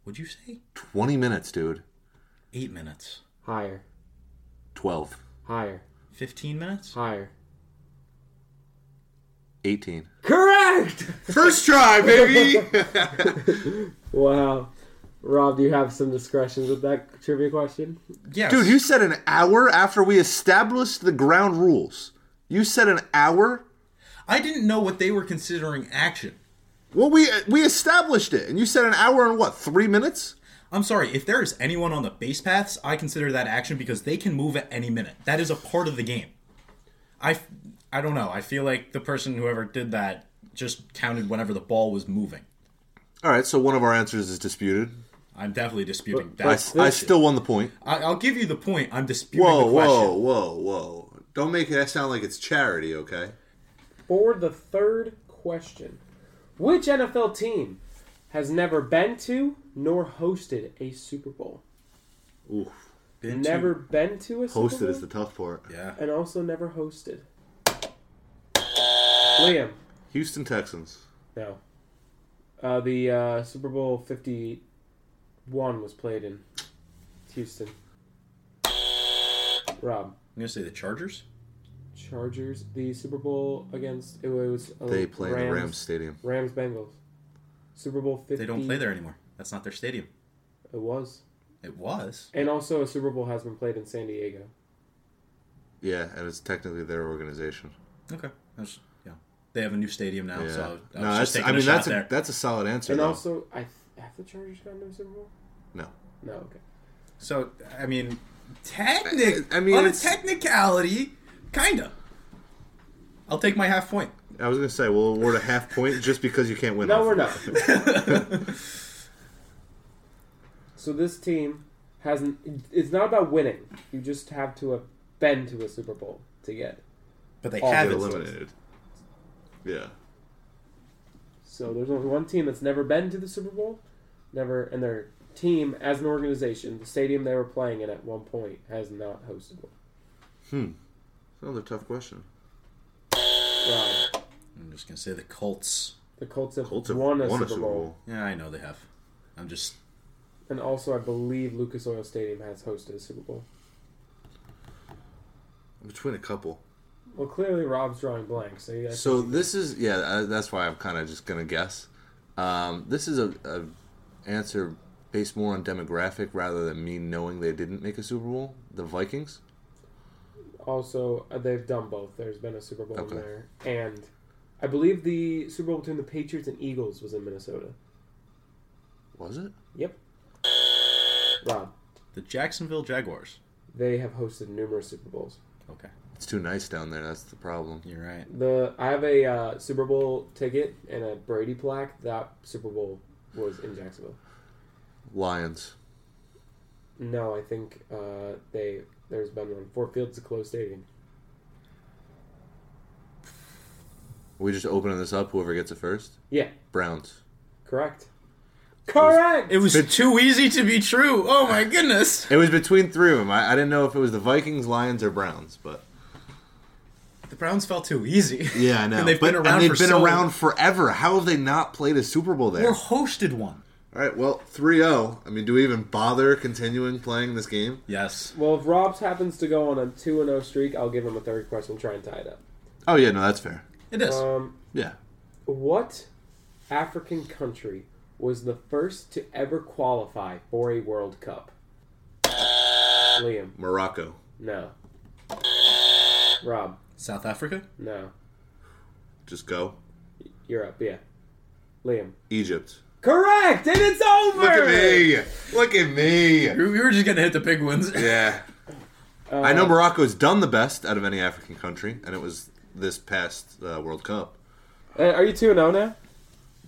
S3: Would you say
S2: 20 minutes, dude.
S3: eight minutes,
S1: Higher,
S2: 12.
S1: higher,
S3: fifteen minutes?
S1: higher.
S2: 18.
S1: Correct.
S2: First try, baby!
S1: Wow. Rob, do you have some discretion with that trivia question?
S3: Yes.
S2: Dude, you said an hour after we established the ground rules. You said an hour?
S3: I didn't know what they were considering action.
S2: Well, we uh, we established it, and you said an hour and what, three minutes?
S3: I'm sorry, if there is anyone on the base paths, I consider that action because they can move at any minute. That is a part of the game. I, f- I don't know. I feel like the person whoever did that just counted whenever the ball was moving.
S2: All right, so one of our answers is disputed.
S3: I'm definitely disputing
S2: I,
S3: that.
S2: I still won the point.
S3: I, I'll give you the point. I'm disputing
S2: Whoa,
S3: the question.
S2: whoa, whoa, whoa. Don't make it sound like it's charity, okay?
S1: For the third question, which NFL team has never been to nor hosted a Super Bowl?
S2: Oof.
S3: Been to-
S1: Never been to a Super
S2: Hosted
S1: Bowl?
S2: is the tough part.
S3: Yeah.
S1: and also never hosted. Liam,
S2: Houston Texans.
S1: no. Uh, the uh, Super Bowl 51 was played in Houston. Rob,
S3: I'm gonna say the Chargers.
S1: Chargers, the Super Bowl against, it was. uh,
S2: They play in the Rams Stadium.
S1: Rams Bengals. Super Bowl 50.
S3: They don't play there anymore. That's not their stadium.
S1: It was.
S3: It was.
S1: And also, a Super Bowl has been played in San Diego.
S2: Yeah, and it's technically their organization.
S3: Okay. That's, yeah. They have a new stadium now,
S2: Yeah.
S3: Oh, so I was
S2: no,
S3: just
S2: that's,
S3: taking
S2: I
S3: a
S2: mean,
S3: shot
S2: that's
S3: there.
S2: a, that's a solid answer.
S1: And
S2: though.
S1: also, I th- have the Chargers gotten to a Super Bowl?
S2: no.
S1: No, okay.
S3: So I mean, technic.
S2: I mean,
S3: on a
S2: it's-
S3: technicality, kinda. I'll take my half point.
S2: I was going to say, we'll award a half point just because you can't win.
S1: No,
S2: half
S1: we're
S2: of it.
S1: not. so this team hasn't. It's not about winning. You just have to have been to a Super Bowl to get.
S3: But they
S1: Oh,
S2: Get
S3: have
S1: good.
S3: it.
S2: eliminated. Yeah.
S1: So there's only one team that's never been to the Super Bowl, never, and their team as an organization, the stadium they were playing in at one point, has not hosted one.
S2: Another tough question.
S1: Wow.
S3: I'm just gonna say the Colts.
S1: The Colts have
S2: Colts have
S1: won, a, Super Bowl.
S3: Yeah, I know they have. I'm just.
S1: and also I believe Lucas Oil Stadium has hosted a Super Bowl.
S2: Between a couple.
S1: Well, clearly Rob's drawing blanks. So, you guys
S2: So this is yeah. uh, That's why I'm kind of just gonna guess. Um, this is a, a answer based more on demographic rather than me knowing they didn't make a Super Bowl. The Vikings.
S1: Also, uh, they've done both. There's been a Super Bowl
S2: Okay.
S1: in there, and I believe the Super Bowl between the Patriots and Eagles was in Minnesota.
S2: Was it?
S1: Yep. Rob,
S3: The Jacksonville Jaguars.
S1: they have hosted numerous Super Bowls.
S3: Okay,
S2: It's too nice down there. That's the problem.
S3: you're right.
S1: The I have a uh, Super Bowl ticket and a Brady plaque. That Super Bowl was in Jacksonville.
S2: Lions.
S1: No, I think uh, they there's been one. Four Fields is a closed stadium.
S2: Are we just opening this up. Whoever gets it first.
S1: Yeah,
S2: Browns.
S1: correct. Correct.
S3: It was too easy to be true. Oh my goodness.
S2: It was between three of them. I, I didn't know if it was the Vikings, Lions, or Browns, but
S3: The Browns fell too easy.
S2: yeah, I know.
S3: And they've
S2: But-
S3: been around.
S2: and they've
S3: for
S2: been
S3: so
S2: around forever. How have they not played a Super Bowl there?
S3: Or hosted one.
S2: All right, well, 3 0. I mean, do we even bother continuing playing this game?
S3: Yes.
S1: well, if Rob's happens to go on a two and zero streak, I'll give him a third question. Try and tie it up.
S2: Oh, yeah, no, that's fair.
S3: It is.
S2: Uh,
S1: Um,
S2: Yeah.
S1: What African country was the first to ever qualify for a World Cup? Liam,
S2: Morocco.
S1: no. Rob,
S3: South Africa.
S1: no.
S2: Just go.
S1: Europe, yeah. Liam.
S2: Egypt.
S1: Correct! And it's over!
S2: Look at me! Look at me!
S3: We we were just gonna hit the big ones.
S2: Yeah.
S3: Uh,
S2: I know Morocco's done the best out of any African country, and it was this past uh, World Cup.
S1: Uh, are you 2 0 now?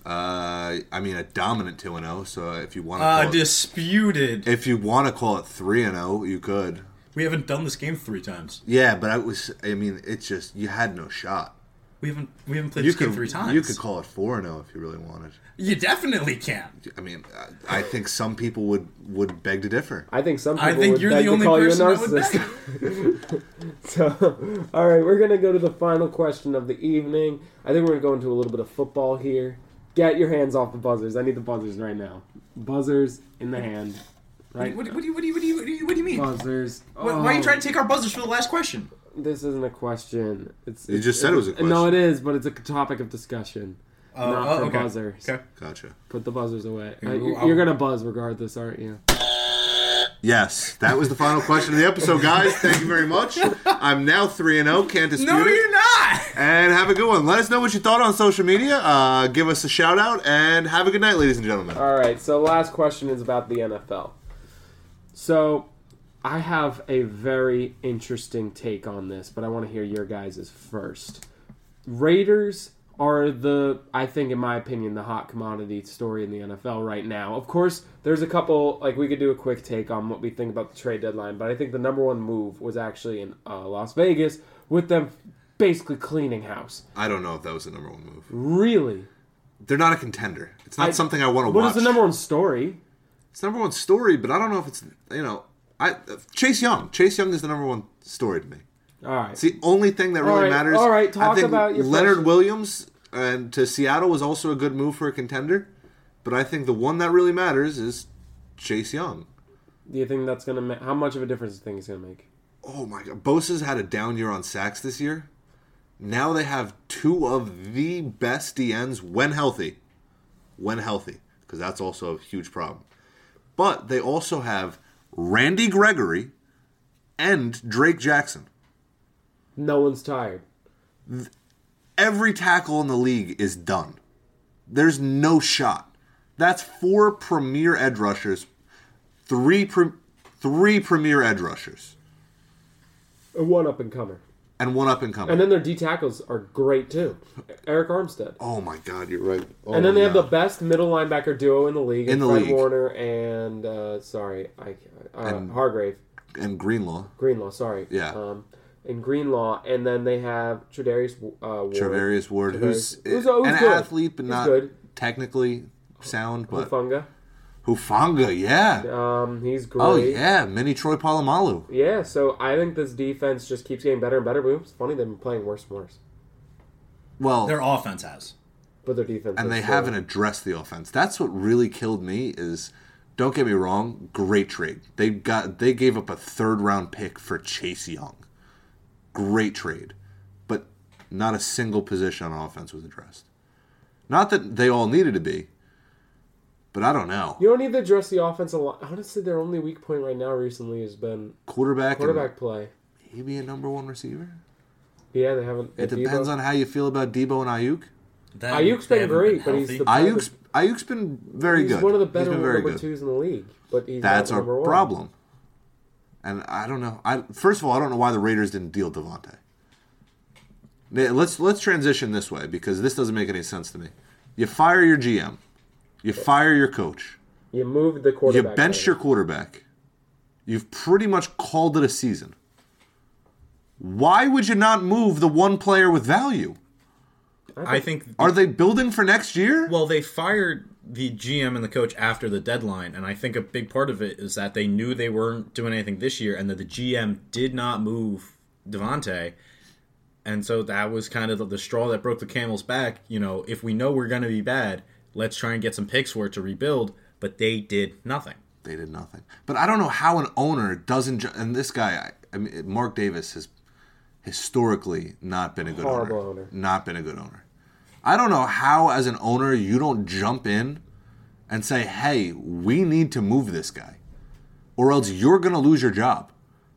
S2: Uh, I mean, a dominant 2 0, so if you want to
S3: Uh,
S2: call it,
S3: disputed.
S2: if you want to call it 3 0, you could.
S3: We haven't done this game three times.
S2: Yeah, but I was I mean, it's just you had no shot.
S3: We haven't we haven't played
S2: You
S3: this
S2: could
S3: game three times.
S2: you could call it 4 0 if you really wanted.
S3: You definitely can.
S2: I mean, I, I think some people would would beg to differ.
S1: I think some people
S3: I think
S1: would
S3: you're
S1: beg
S3: the
S1: to
S3: only
S1: call you a
S3: person that would
S1: narcissist. so, all right, we're gonna go to the final question of the evening. I think we're gonna go into a little bit of football here. Get your hands off the buzzers. I need the buzzers right now. Buzzers in the hand. Right?
S3: What, do- what, do you, what, do you, what, do you, what, do you, what do you mean?
S1: Buzzers.
S3: Why, why are
S1: Oh,
S3: you trying to take our buzzers for the last question?
S1: This isn't a question. It's.
S2: You
S1: it's-
S2: just said it was a
S1: it's- No, it
S2: question.
S1: is, but it's a topic of discussion. Not for buzzers.
S3: Uh, Okay.
S2: Gotcha.
S1: Put the buzzers away. Uh,
S3: Ooh,
S1: you-
S3: I-
S1: you're gonna buzz regardless, aren't you?
S2: Yes, that was the final question of the episode, guys. Thank you very much. I'm now three and zero. Can't dispute
S3: No,
S2: it.
S3: you're not.
S2: And have a good one. Let us know what you thought on social media. Uh, give us a shout out, and have a good night, ladies and gentlemen.
S1: All right. So last question is about the NFL. So I have a very interesting take on this, but I want to hear your guys' first. Raiders are the I think in my opinion the hot commodity story in the NFL right now. Of course, there's a couple like we could do a quick take on what we think about the trade deadline, but I think the number one move was actually in uh, Las Vegas with them basically cleaning house.
S2: I don't know if that was the number one move.
S1: Really?
S2: They're not a contender. It's not something I want to
S1: What
S2: watch.
S1: is the number one story?
S2: It's the number one story, but I don't know if it's you know. I Chase Young. Chase Young is the number one story to me.
S1: All right.
S2: It's the only thing that really
S1: All right,
S2: matters.
S1: all right, talk
S2: I think
S1: about your
S2: Leonard
S1: first-
S2: Williams uh, and to Seattle was also a good move for a contender, but I think the one that really matters is Chase Young.
S1: Do you think that's gonna make? How much of a difference do you think it's gonna make?
S2: Oh my god, Bosa's had a down year on sacks this year. Now they have two of the best DNs when healthy. When healthy, because that's also a huge problem. But they also have Randy Gregory and Drake Jackson.
S1: No one's tired.
S2: every tackle in the league is done. There's no shot. That's four premier edge rushers, three pre- three premier edge rushers,
S1: A one up and comer.
S2: and one up and coming.
S1: And then their D tackles are great too. Eric Armstead.
S2: oh my God, you're right. Oh
S1: And then they have
S2: no.
S1: the best middle linebacker duo in the league.
S2: In
S1: In
S2: the
S1: Fred
S2: league.
S1: Warner and uh, sorry, I uh,
S2: And-
S1: Hargrave
S2: and Greenlaw,
S1: Greenlaw. Sorry.
S2: Yeah.
S1: Um, and Greenlaw, and then they have Tredarius uh, Ward.
S2: Travarius Ward, who's,
S1: Travarius- who's- who's
S2: an
S1: good.
S2: athlete but
S1: He's
S2: not
S1: good.
S2: technically sound, but
S1: Funga.
S2: Hufanga, yeah.
S1: Um, he's great.
S2: Oh yeah, mini Troy Polamalu.
S1: Yeah, so I think this defense just keeps getting better and better. But it's funny they've been playing worse and worse,
S2: Well,
S3: Their offense has.
S1: but their defense
S2: and
S1: is
S2: they
S1: still-
S2: haven't addressed the offense. That's what really killed me. Is don't get me wrong, great trade. They got they gave up a third round pick for Chase Young. Great trade, but not a single position on offense was addressed. Not that they all needed to be, but I don't know.
S1: You don't need to address the offense a lot. Honestly, their only weak point right now recently has been
S2: Quarterback,
S1: quarterback play.
S2: and maybe a number one receiver.
S1: Yeah, they haven't.
S2: It depends on how you feel about Debo and Ayuk.
S3: That,
S1: Ayuk's
S3: they
S1: been
S3: haven't
S1: great, but he's
S3: healthy.
S1: the-
S2: Ayuk's Ayuk's been very
S1: He's
S2: good.
S1: one of the
S2: He's
S1: better
S2: been very
S1: number
S2: good.
S1: twos in the league, but he's not
S2: That's
S1: the
S2: our
S1: number one.
S2: problem. And I don't know. I first of all, I don't know why the Raiders didn't deal Devontae. Now, Let's let's transition this way because this doesn't make any sense to me. You fire your GM, you fire your coach,
S1: You moved the
S2: you
S1: quarterback.
S2: bench
S1: there.
S2: your quarterback. You've pretty much called it a season. Why would you not move the one player with value?
S3: I think.
S2: Are they building for next year?
S3: Well, they fired the GM and the coach after the deadline, and I think a big part of it is that they knew they weren't doing anything this year, and that the GM did not move Devontae. And so that was kind of the, the straw that broke the camel's back. You know, if we know we're going to be bad, let's try and get some picks for it to rebuild. But they did nothing.
S2: they did nothing. But I don't know how an owner doesn't. Ju- and this guy, I, I mean, Mark Davis has historically not been a good
S1: Horrible
S2: owner.
S1: owner.
S2: Not been a good owner. I don't know how, as an owner, you don't jump in and say, "Hey, we need to move this guy, or else you're going to lose your job."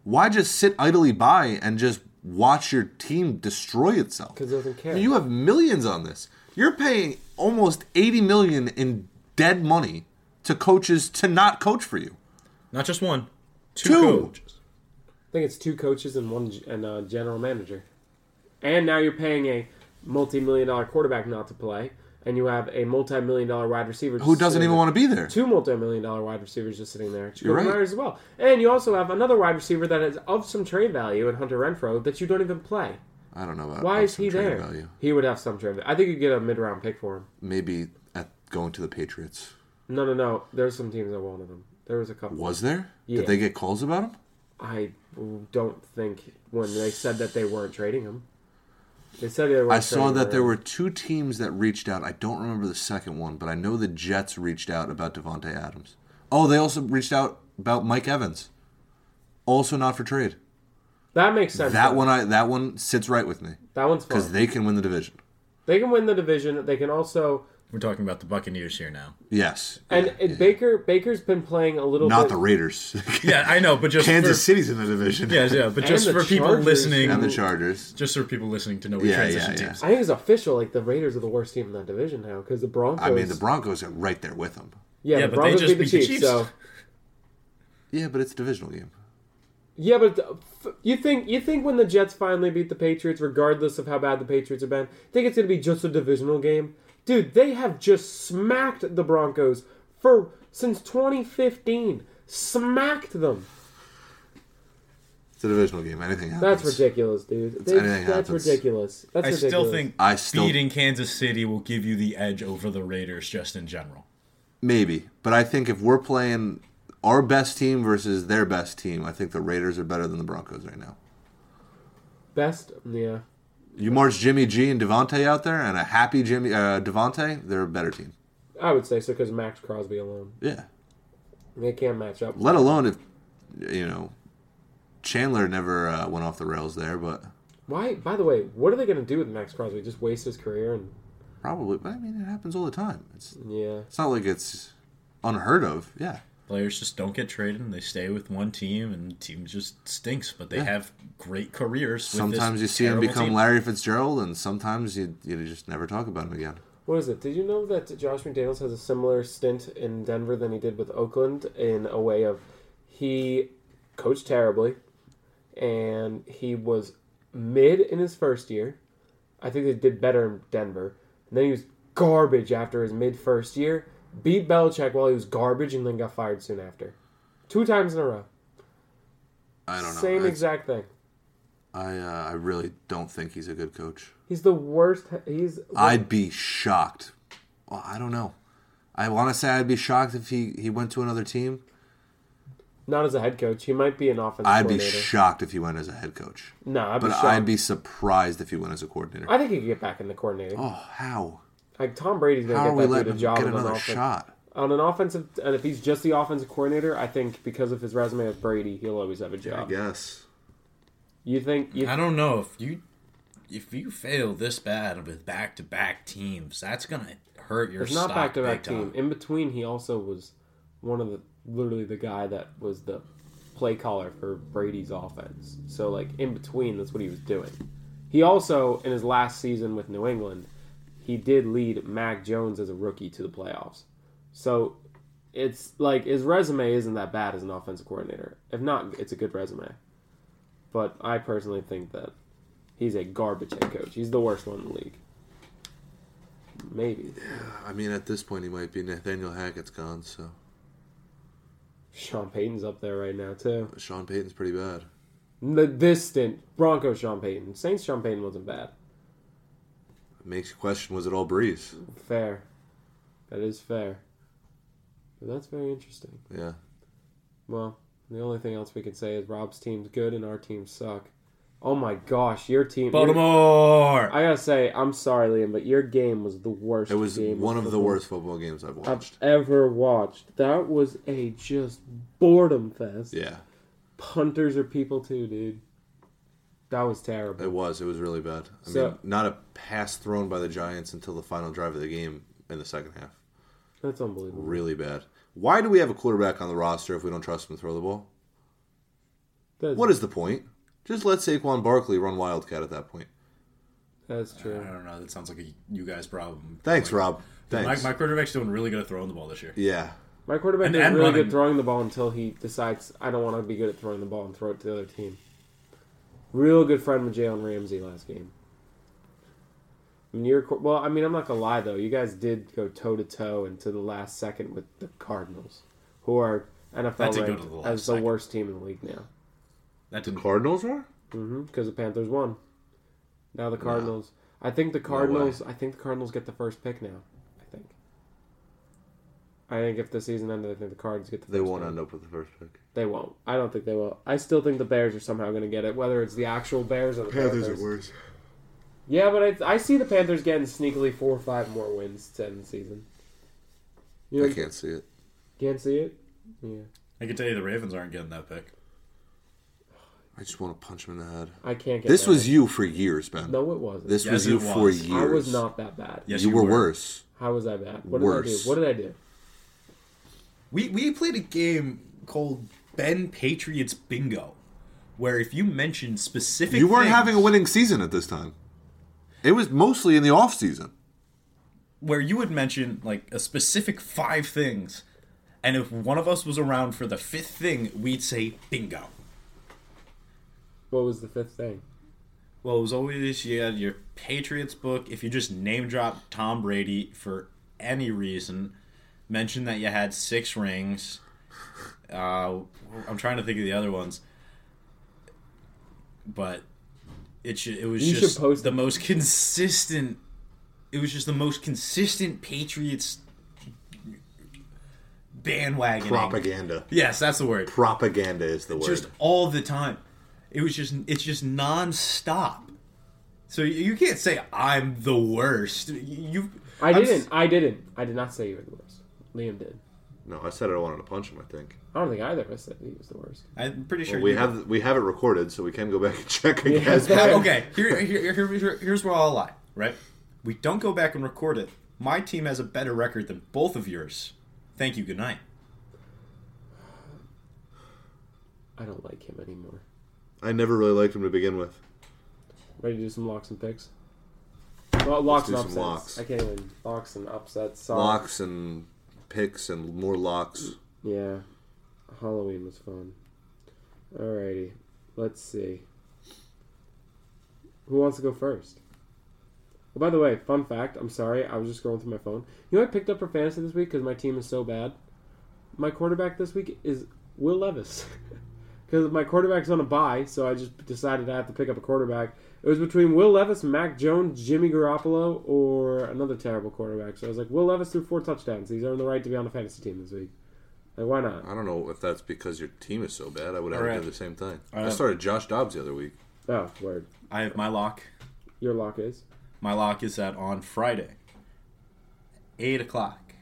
S2: Why just sit idly by and just watch your team destroy itself?
S1: 'Cause it doesn't care.
S2: You have millions on this. You're paying almost 80 million in dead money to coaches to not coach for you.
S3: Not just one, two,
S2: Two.
S3: coaches.
S1: I think it's two coaches and one g- and a general manager. And now you're paying a multi-million dollar quarterback not to play, and you have a multi-million dollar wide receiver
S2: who doesn't even want to be there.
S1: two multi-million dollar wide receivers just sitting there. Jacoby
S2: You're right.
S1: Myers as well, and you also have another wide receiver that is of some trade value in Hunter Renfro that you don't even play.
S2: I don't know about
S1: Why
S2: about
S1: is
S2: some
S1: he
S2: trade
S1: there?
S2: value.
S1: He would have some trade. I think you get a mid-round pick for him.
S2: Maybe at going to the Patriots.
S1: No, no, no. There's some teams that wanted him. There was a couple.
S2: Was there?
S1: Yeah.
S2: Did they get calls about him?
S1: I don't think when they said that they weren't trading him. They said they were
S2: I saw
S1: saying
S2: that there
S1: were-
S2: were two teams that reached out. I don't remember the second one, but I know the Jets reached out about Devonte Adams. Oh, they also reached out about Mike Evans. Also not for trade.
S1: That makes sense.
S2: That
S1: though.
S2: one I that one sits right with me
S1: That one's
S2: cuz
S1: fun. They-,
S2: they can win the division.
S1: can win the division. They can also
S3: We're talking about the Buccaneers here now.
S2: Yes.
S1: and and Baker Baker's been playing a little
S2: Not
S1: bit.
S2: the Raiders.
S3: Yeah, I know, but just
S2: Kansas
S3: for,
S2: City's in the division.
S3: Yeah, yeah, but
S1: And
S3: just
S1: the
S3: for people
S1: Chargers.
S3: listening,
S2: And the Chargers.
S3: just for people listening to know what
S2: Yeah,
S3: transition
S2: yeah, yeah.
S3: teams.
S1: I think it's official. Like the Raiders are the worst team in that division now because the Broncos.
S2: I mean, the Broncos are right there with them.
S1: yeah,
S3: Yeah,
S1: the
S3: but they
S1: Broncos
S3: just
S1: beat the Chiefs. So
S2: Yeah, but it's a divisional game.
S1: yeah, but uh, f- you think you think when the Jets finally beat the Patriots, regardless of how bad the Patriots have been, think it's going to be just a divisional game, dude? They have just smacked the Broncos for since 2015. Smacked them.
S2: It's a divisional game. Anything happens.
S1: That's ridiculous, dude. They-
S2: anything
S1: that's
S2: happens.
S1: ridiculous. That's
S3: I
S1: ridiculous.
S3: still think
S2: I still-
S3: beating Kansas City will give you the edge over the Raiders just in general.
S2: Maybe, but I think if we're playing our best team versus their best team, I think the Raiders are better than the Broncos right now.
S1: best. Yeah,
S2: You march Jimmy G and Devontae out there, and a happy Jimmy uh, Devontae, they're a better team.
S1: I would say so because Max Crosby alone,
S2: Yeah.
S1: they can't match up.
S2: Let alone if you know Chandler never uh, went off the rails there, but
S1: Why? By the way, what are they going to do with Max Crosby? Just waste his career and
S2: probably. But I mean, it happens all the time. It's
S1: yeah.
S2: it's not like it's unheard of. Yeah.
S3: Players just don't get traded and they stay with one team and the team just stinks, but they have great careers. With
S2: Sometimes
S3: this
S2: you see him
S3: terrible
S2: become
S3: team.
S2: Larry Fitzgerald, and sometimes you you just never talk about him again.
S1: What is it? Did you know that Josh McDaniels has a similar stint in Denver than he did with Oakland in a way of he coached terribly and he was mid in his first year. I think they did better in Denver. And then he was garbage after his mid first year, beat Belichick while he was garbage, and then got fired soon after. Two times in a row.
S2: I don't know.
S1: Same
S2: It's-
S1: exact thing.
S2: I uh, I really don't think he's a good coach.
S1: He's the worst. He's.
S2: I'd be shocked. Well, I don't know. I want to say I'd be shocked if he, he went to another team.
S1: Not as a head coach. He might be an offensive
S2: I'd be
S1: coordinator.
S2: shocked if he went as a head coach.
S1: no, I'd be
S2: But
S1: shocked.
S2: I'd be surprised if he went as a coordinator.
S1: I think he could get back into coordinating.
S2: Oh, how?
S1: Like Tom Brady's
S2: How are
S1: gonna
S2: we
S1: get that dude
S2: letting
S1: a
S2: him
S1: job
S2: get
S1: on, an
S2: another
S1: offense-
S2: shot?
S1: on an offensive, and if he's just the offensive coordinator, I think because of his resume with Brady, he'll always have a job.
S2: guess.
S1: You think? You,
S3: I don't know if you if you fail this bad with back to back teams, that's gonna hurt your
S1: it's not
S3: stock
S1: back to back
S3: big time.
S1: team. In between, he also was one of the literally the guy that was the play caller for Brady's offense. So like in between, that's what he was doing. He also in his last season with New England, he did lead Mac Jones as a rookie to the playoffs. So it's like his resume isn't that bad as an offensive coordinator. If not, it's a good resume. But I personally think that he's a garbage head coach. He's the worst one in the league. Maybe.
S2: I mean, at this point, he might be Nathaniel Hackett's gone, so
S1: Sean Payton's up there right now too.
S2: Sean Payton's pretty bad.
S1: The, this stint, Broncos Sean Payton, Saints Sean Payton wasn't bad.
S2: makes you question: Was it all Breeze?
S1: Fair, that is fair. But that's very interesting.
S2: Yeah.
S1: Well, the only thing else we can say is Rob's team's good and our teams suck. Oh my gosh, your team.
S3: Baltimore.
S1: I gotta say, I'm sorry, Liam, but your game was the worst.
S2: It was
S1: game
S2: one of the
S1: football
S2: worst football games I've
S1: I've
S2: watched.
S1: ever watched. That was a just boredom fest.
S2: Yeah,
S1: Punters are people too, dude. That was terrible.
S2: It was. It was really bad. I
S1: So-
S2: mean, not a pass thrown by the Giants until the final drive of the game in the second half.
S1: That's unbelievable.
S2: Really bad. Why do we have a quarterback on the roster if we don't trust him to throw the ball?
S1: That's,
S2: What is the point? Just let Saquon Barkley run wildcat at that point.
S1: That's
S3: I
S1: true.
S3: don't know. That sounds like a you guys' problem.
S2: Thanks,
S3: Like,
S2: Rob.
S3: My,
S2: Thanks.
S3: my quarterback's doing really good at throwing the ball this year.
S2: Yeah.
S1: My quarterback
S3: And-
S1: is
S3: and
S1: really
S3: running.
S1: good throwing the ball until he decides I don't want to be good at throwing the ball and throw it to the other team. Real good friend with Jalen Ramsey last game. I mean, your qu- well, I mean, I'm not gonna lie though. You guys did go toe to toe and to the last second with the Cardinals, who are
S3: That
S1: NFL
S3: did go
S1: ranked
S3: to the last
S1: as the
S3: second.
S1: worst team in the league now.
S3: That didn't.
S2: Cardinals were?
S1: Mm-hmm. Because the Panthers won. Now the Cardinals. I think the Cardinals. I think the Cardinals get the first pick now. I think. I think if the season ended, I think the Cards get the.
S2: They
S1: first
S2: won't
S1: pick.
S2: end up with the first pick.
S1: They won't. I don't think they will. I still think the Bears are somehow going to get it, whether it's the actual Bears or the Panthers.
S2: worse.
S1: Yeah, but I, I see the Panthers getting sneakily four or five more wins to end the season. You
S2: I can't see it.
S1: can't see it. Yeah,
S3: I can tell you the Ravens aren't getting that pick.
S2: I just want to punch him in the head.
S1: I can't get.
S2: This
S1: that.
S2: was you for years, Ben.
S1: no, it wasn't.
S2: This
S3: Yes,
S2: was
S3: it
S2: you for
S3: was.
S2: years.
S1: I was not that bad.
S3: Yes,
S2: you, were,
S3: were.
S2: worse.
S1: How was I bad? What
S2: Worse.
S1: did I do? What did I do?
S3: We we played a game called Ben Patriots Bingo, where if you mentioned specific,
S2: You weren't
S3: things-
S2: having a winning season at this time. It was mostly in the off season.
S3: where you would mention like a specific five things, and if one of us was around for the fifth thing, we'd say bingo.
S1: What was the fifth thing?
S3: Well, it was always you had your Patriots book. If you just name drop Tom Brady for any reason, mention that you had six rings. Uh, I'm trying to think of the other ones, but it should, it was
S1: You should
S3: just
S1: post
S3: the
S1: it.
S3: most consistent. It was just the most consistent Patriots bandwagon
S2: Propaganda.
S3: Yes, that's the word.
S2: Propaganda is the word.
S3: Just all the time. It was just it's just nonstop. So you- you can't say I'm the worst. You
S1: I
S3: I'm
S1: didn't.
S3: s-
S1: I didn't. I did not say you were the worst. Liam did.
S2: no, I said I wanted to punch him. I think
S1: I don't think either of us said he was the worst.
S3: I'm pretty sure
S2: we
S3: you-
S2: have we have it recorded, so we can go back and check. I guess.
S1: that-
S3: Okay, here, here, here, here- here's where I'll lie. Right, we don't go back and record it. My team has a better record than both of yours. Thank you. Good night.
S1: I don't like him anymore.
S2: I never really liked him to begin with.
S1: Ready to do some locks and picks? Well, locks
S2: do
S1: and
S2: some
S1: upsets.
S2: locks.
S1: I can't even locks and upsets. Sorry.
S2: Locks and picks and more locks.
S1: Yeah, Halloween was fun. Alrighty, let's see. Who wants to go first? Well, by the way, fun fact. I'm sorry, I was just scrolling through my phone. You know, what I picked up for fantasy this week because my team is so bad. My quarterback this week is Will Levis because my quarterback's on a bye, so I just decided I have to pick up a quarterback. It was between Will Levis, Mac Jones, Jimmy Garoppolo, or another terrible quarterback. So I was like, Will Levis threw four touchdowns. He's earned the right to be on a fantasy team this week. Like, why not?
S2: I don't know if that's because your team is so bad. I would have
S3: All right.
S2: done the same thing. I
S3: right.
S2: started Josh Dobbs the other week.
S1: Oh, word.
S3: I have my lock.
S1: Your lock is?
S3: My lock is that on Friday, eight o'clock,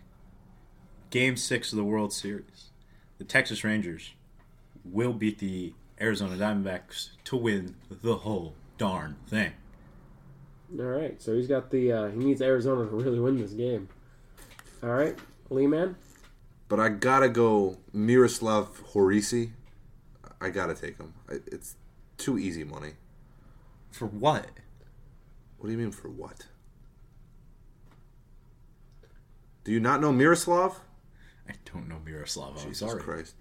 S3: Game Six of the World Series, the Texas Rangers will beat the Arizona Diamondbacks to win the whole darn thing.
S1: All right. So he's got the, uh, he needs Arizona to really win this game. All right. Lee Man?
S2: But I gotta go Miroslav Horisi. I gotta take him. I- It's too easy money.
S3: For what?
S2: What do you mean for what? Do you not know Miroslav?
S3: I don't know Miroslav. I'm
S2: Jesus
S3: sorry.
S2: Christ.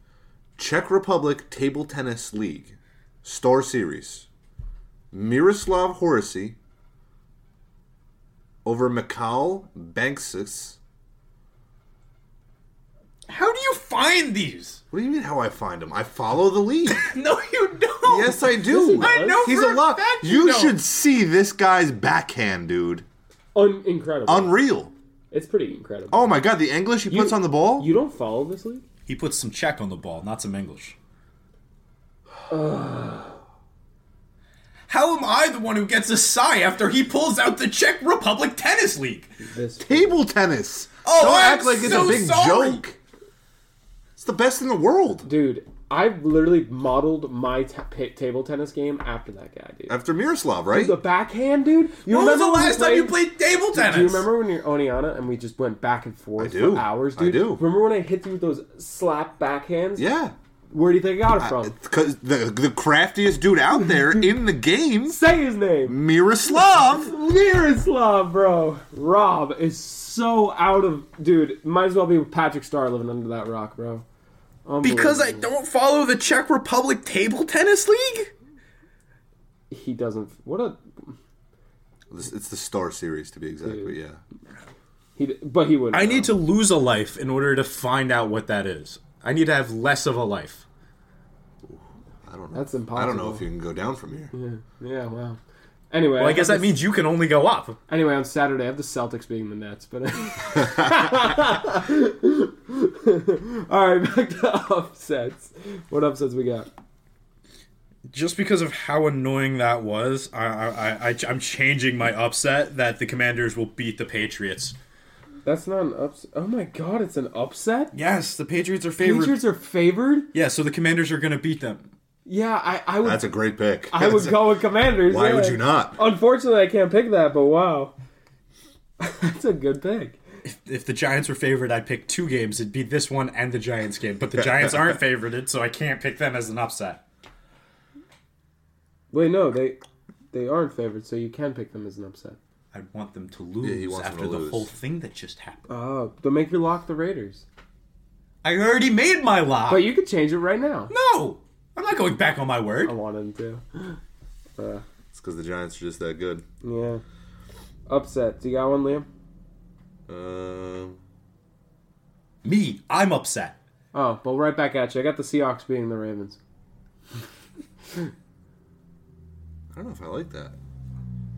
S2: Czech Republic Table Tennis League Star Series. Miroslav Horisi over Mikhail Banksis.
S3: How do you find these?
S2: What do you mean how I find him? I follow the league.
S3: No, you don't.
S2: yes, I do.
S1: Yes, he does. I know
S2: He's
S3: for
S2: a lot.
S3: fact
S2: You
S3: don't.
S2: should see this guy's backhand, dude.
S1: Un- incredible.
S2: Unreal.
S1: it's pretty incredible.
S2: Oh my god, the English he puts on the ball?
S1: You don't follow this league?
S3: He puts some Czech on the ball, not some English. How am I the one who gets a sigh after he pulls out the Czech Republic Tennis League?
S1: This
S2: Table tennis.
S3: Oh,
S2: Don't
S3: I'm
S2: act like it's
S3: so
S2: a big
S3: sorry.
S2: joke. It's the best in the world.
S1: Dude, I've literally modeled my ta pa- table tennis game after that guy, dude.
S2: After Miroslav, right?
S1: The backhand, dude. You
S3: When was the
S1: when we
S3: last time you played table tennis?
S1: Do you remember when you're Oniana and we just went back and forth
S2: I do.
S1: for hours,
S2: I
S1: dude?
S2: do.
S1: Remember when I hit you with those slap backhands?
S2: Yeah.
S1: Where do you think I got it from?
S2: Because the, the craftiest dude out there in the game,
S1: Say his name.
S2: Miroslav.
S1: Miroslav, bro. Rob is so out of dude. Might as well be Patrick Star living under that rock, bro.
S3: Because I
S1: Unbelievable.
S3: don't follow the Czech Republic Table Tennis League?
S1: he doesn't. What a
S2: This- It's the Star Series, to be exact, but yeah.
S1: he. But he would.
S3: I need to lose a life in order to find out what that is. I need to have less of a life.
S2: I don't know.
S1: That's
S2: I don't know
S1: impossible.
S2: if you can go down from here.
S1: Yeah. Wow. Anyway,
S3: Well, I guess that means you can only go up.
S1: Anyway, on Saturday, I have the Celtics beating the Nets, but. All right, back to upsets. What upsets we got?
S3: just because of how annoying that was, I, I, I, I'm changing my upset that the Commanders will beat the Patriots.
S1: That's not an upset. Oh my god, it's an upset?
S3: Yes, the Patriots are favored.
S1: Patriots are favored?
S3: Yeah, so the Commanders are going to beat them.
S1: Yeah, I, I would
S2: That's a great pick.
S1: I would go with Commanders.
S2: Why would
S1: yeah.
S2: you not?
S1: Unfortunately, I can't pick that, but wow. That's a good pick.
S3: If the Giants were favored, I'd pick two games. It'd be this one and the Giants game. But the Giants aren't favored, so I can't pick them as an upset.
S1: Wait, no, they they aren't favored, so you can pick them as an upset.
S3: I want them to
S2: he
S3: lose
S2: wants them
S3: after
S2: to
S3: the
S2: lose.
S3: whole thing that just happened.
S1: Oh, but make your lock the Raiders.
S3: I already made my lock.
S1: But you could change it right now.
S3: no, I'm not going back on my
S1: I
S3: word.
S1: wanted to. Uh,
S2: It's because the Giants are just that good.
S1: yeah. Upset. Do you got one, Liam?
S2: Um,
S3: Me, I'm upset.
S1: Oh, well, right back at you. I got the Seahawks beating the Ravens.
S2: I don't know if I like that.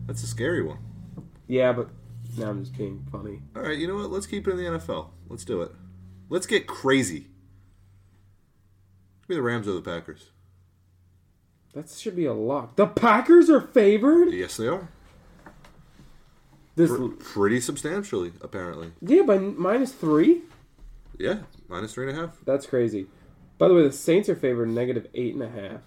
S2: That's a scary one.
S1: Yeah, but now I'm just being funny.
S2: All right, you know what? Let's keep it in the NFL. Let's do it. Let's get crazy. Give me the Rams or the Packers.
S1: That should be a lock. The Packers are favored.
S2: Yes, they are.
S1: This,
S2: Pr- pretty substantially, apparently.
S1: yeah, by n- minus three.
S2: Yeah, minus three and a half.
S1: That's crazy. By the way, the Saints are favored negative eight and a half.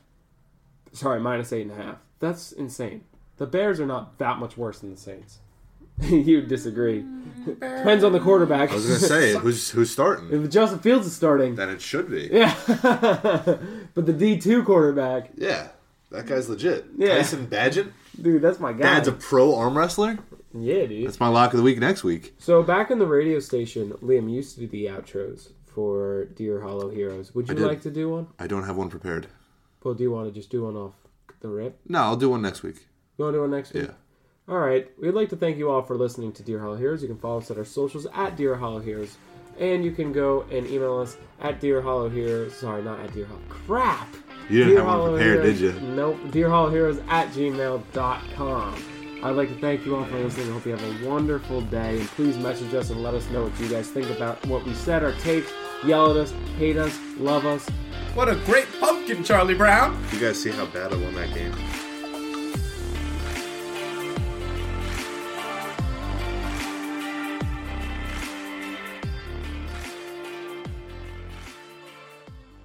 S1: Sorry, minus eight and a half. That's insane. The Bears are not that much worse than the Saints. you disagree. Depends on the quarterback.
S2: I was gonna say who's who's starting.
S1: if Justin Fields is starting.
S2: Then it should be.
S1: Yeah. but the D two quarterback,
S2: Yeah, that guy's legit.
S1: Yeah.
S2: Tyson Badgett.
S1: dude, that's my guy.
S2: Dad's a pro arm wrestler.
S1: yeah, dude.
S2: That's my lock of the week next week.
S1: So back in the radio station, Liam used to do the outros for Dear Hollow Heroes. Would you
S2: did.
S1: like to do one?
S2: I don't have one prepared.
S1: Well, do you want to just do one off the rip?
S2: No, I'll do one next week.
S1: You want to do one next week?
S2: Yeah.
S1: All right. We'd like to thank you all for listening to Dear Hollow Heroes. You can follow us at our socials at Dear Hollow Heroes. And you can go and email us at Dear Hollow Heroes. Sorry, not at Dear Hollow. Crap!
S2: You didn't
S1: Dear
S2: have one
S1: Hollow
S2: prepared,
S1: Heroes-
S2: did you?
S1: Nope. Dear Hollow Heroes at gmail.com. I'd like to thank you all for listening. I hope you have a wonderful day. And please message us and let us know what you guys think about what we said, our takes, yell at us, hate us, love us.
S3: What a great pumpkin, Charlie Brown.
S2: You guys see how bad I won that game?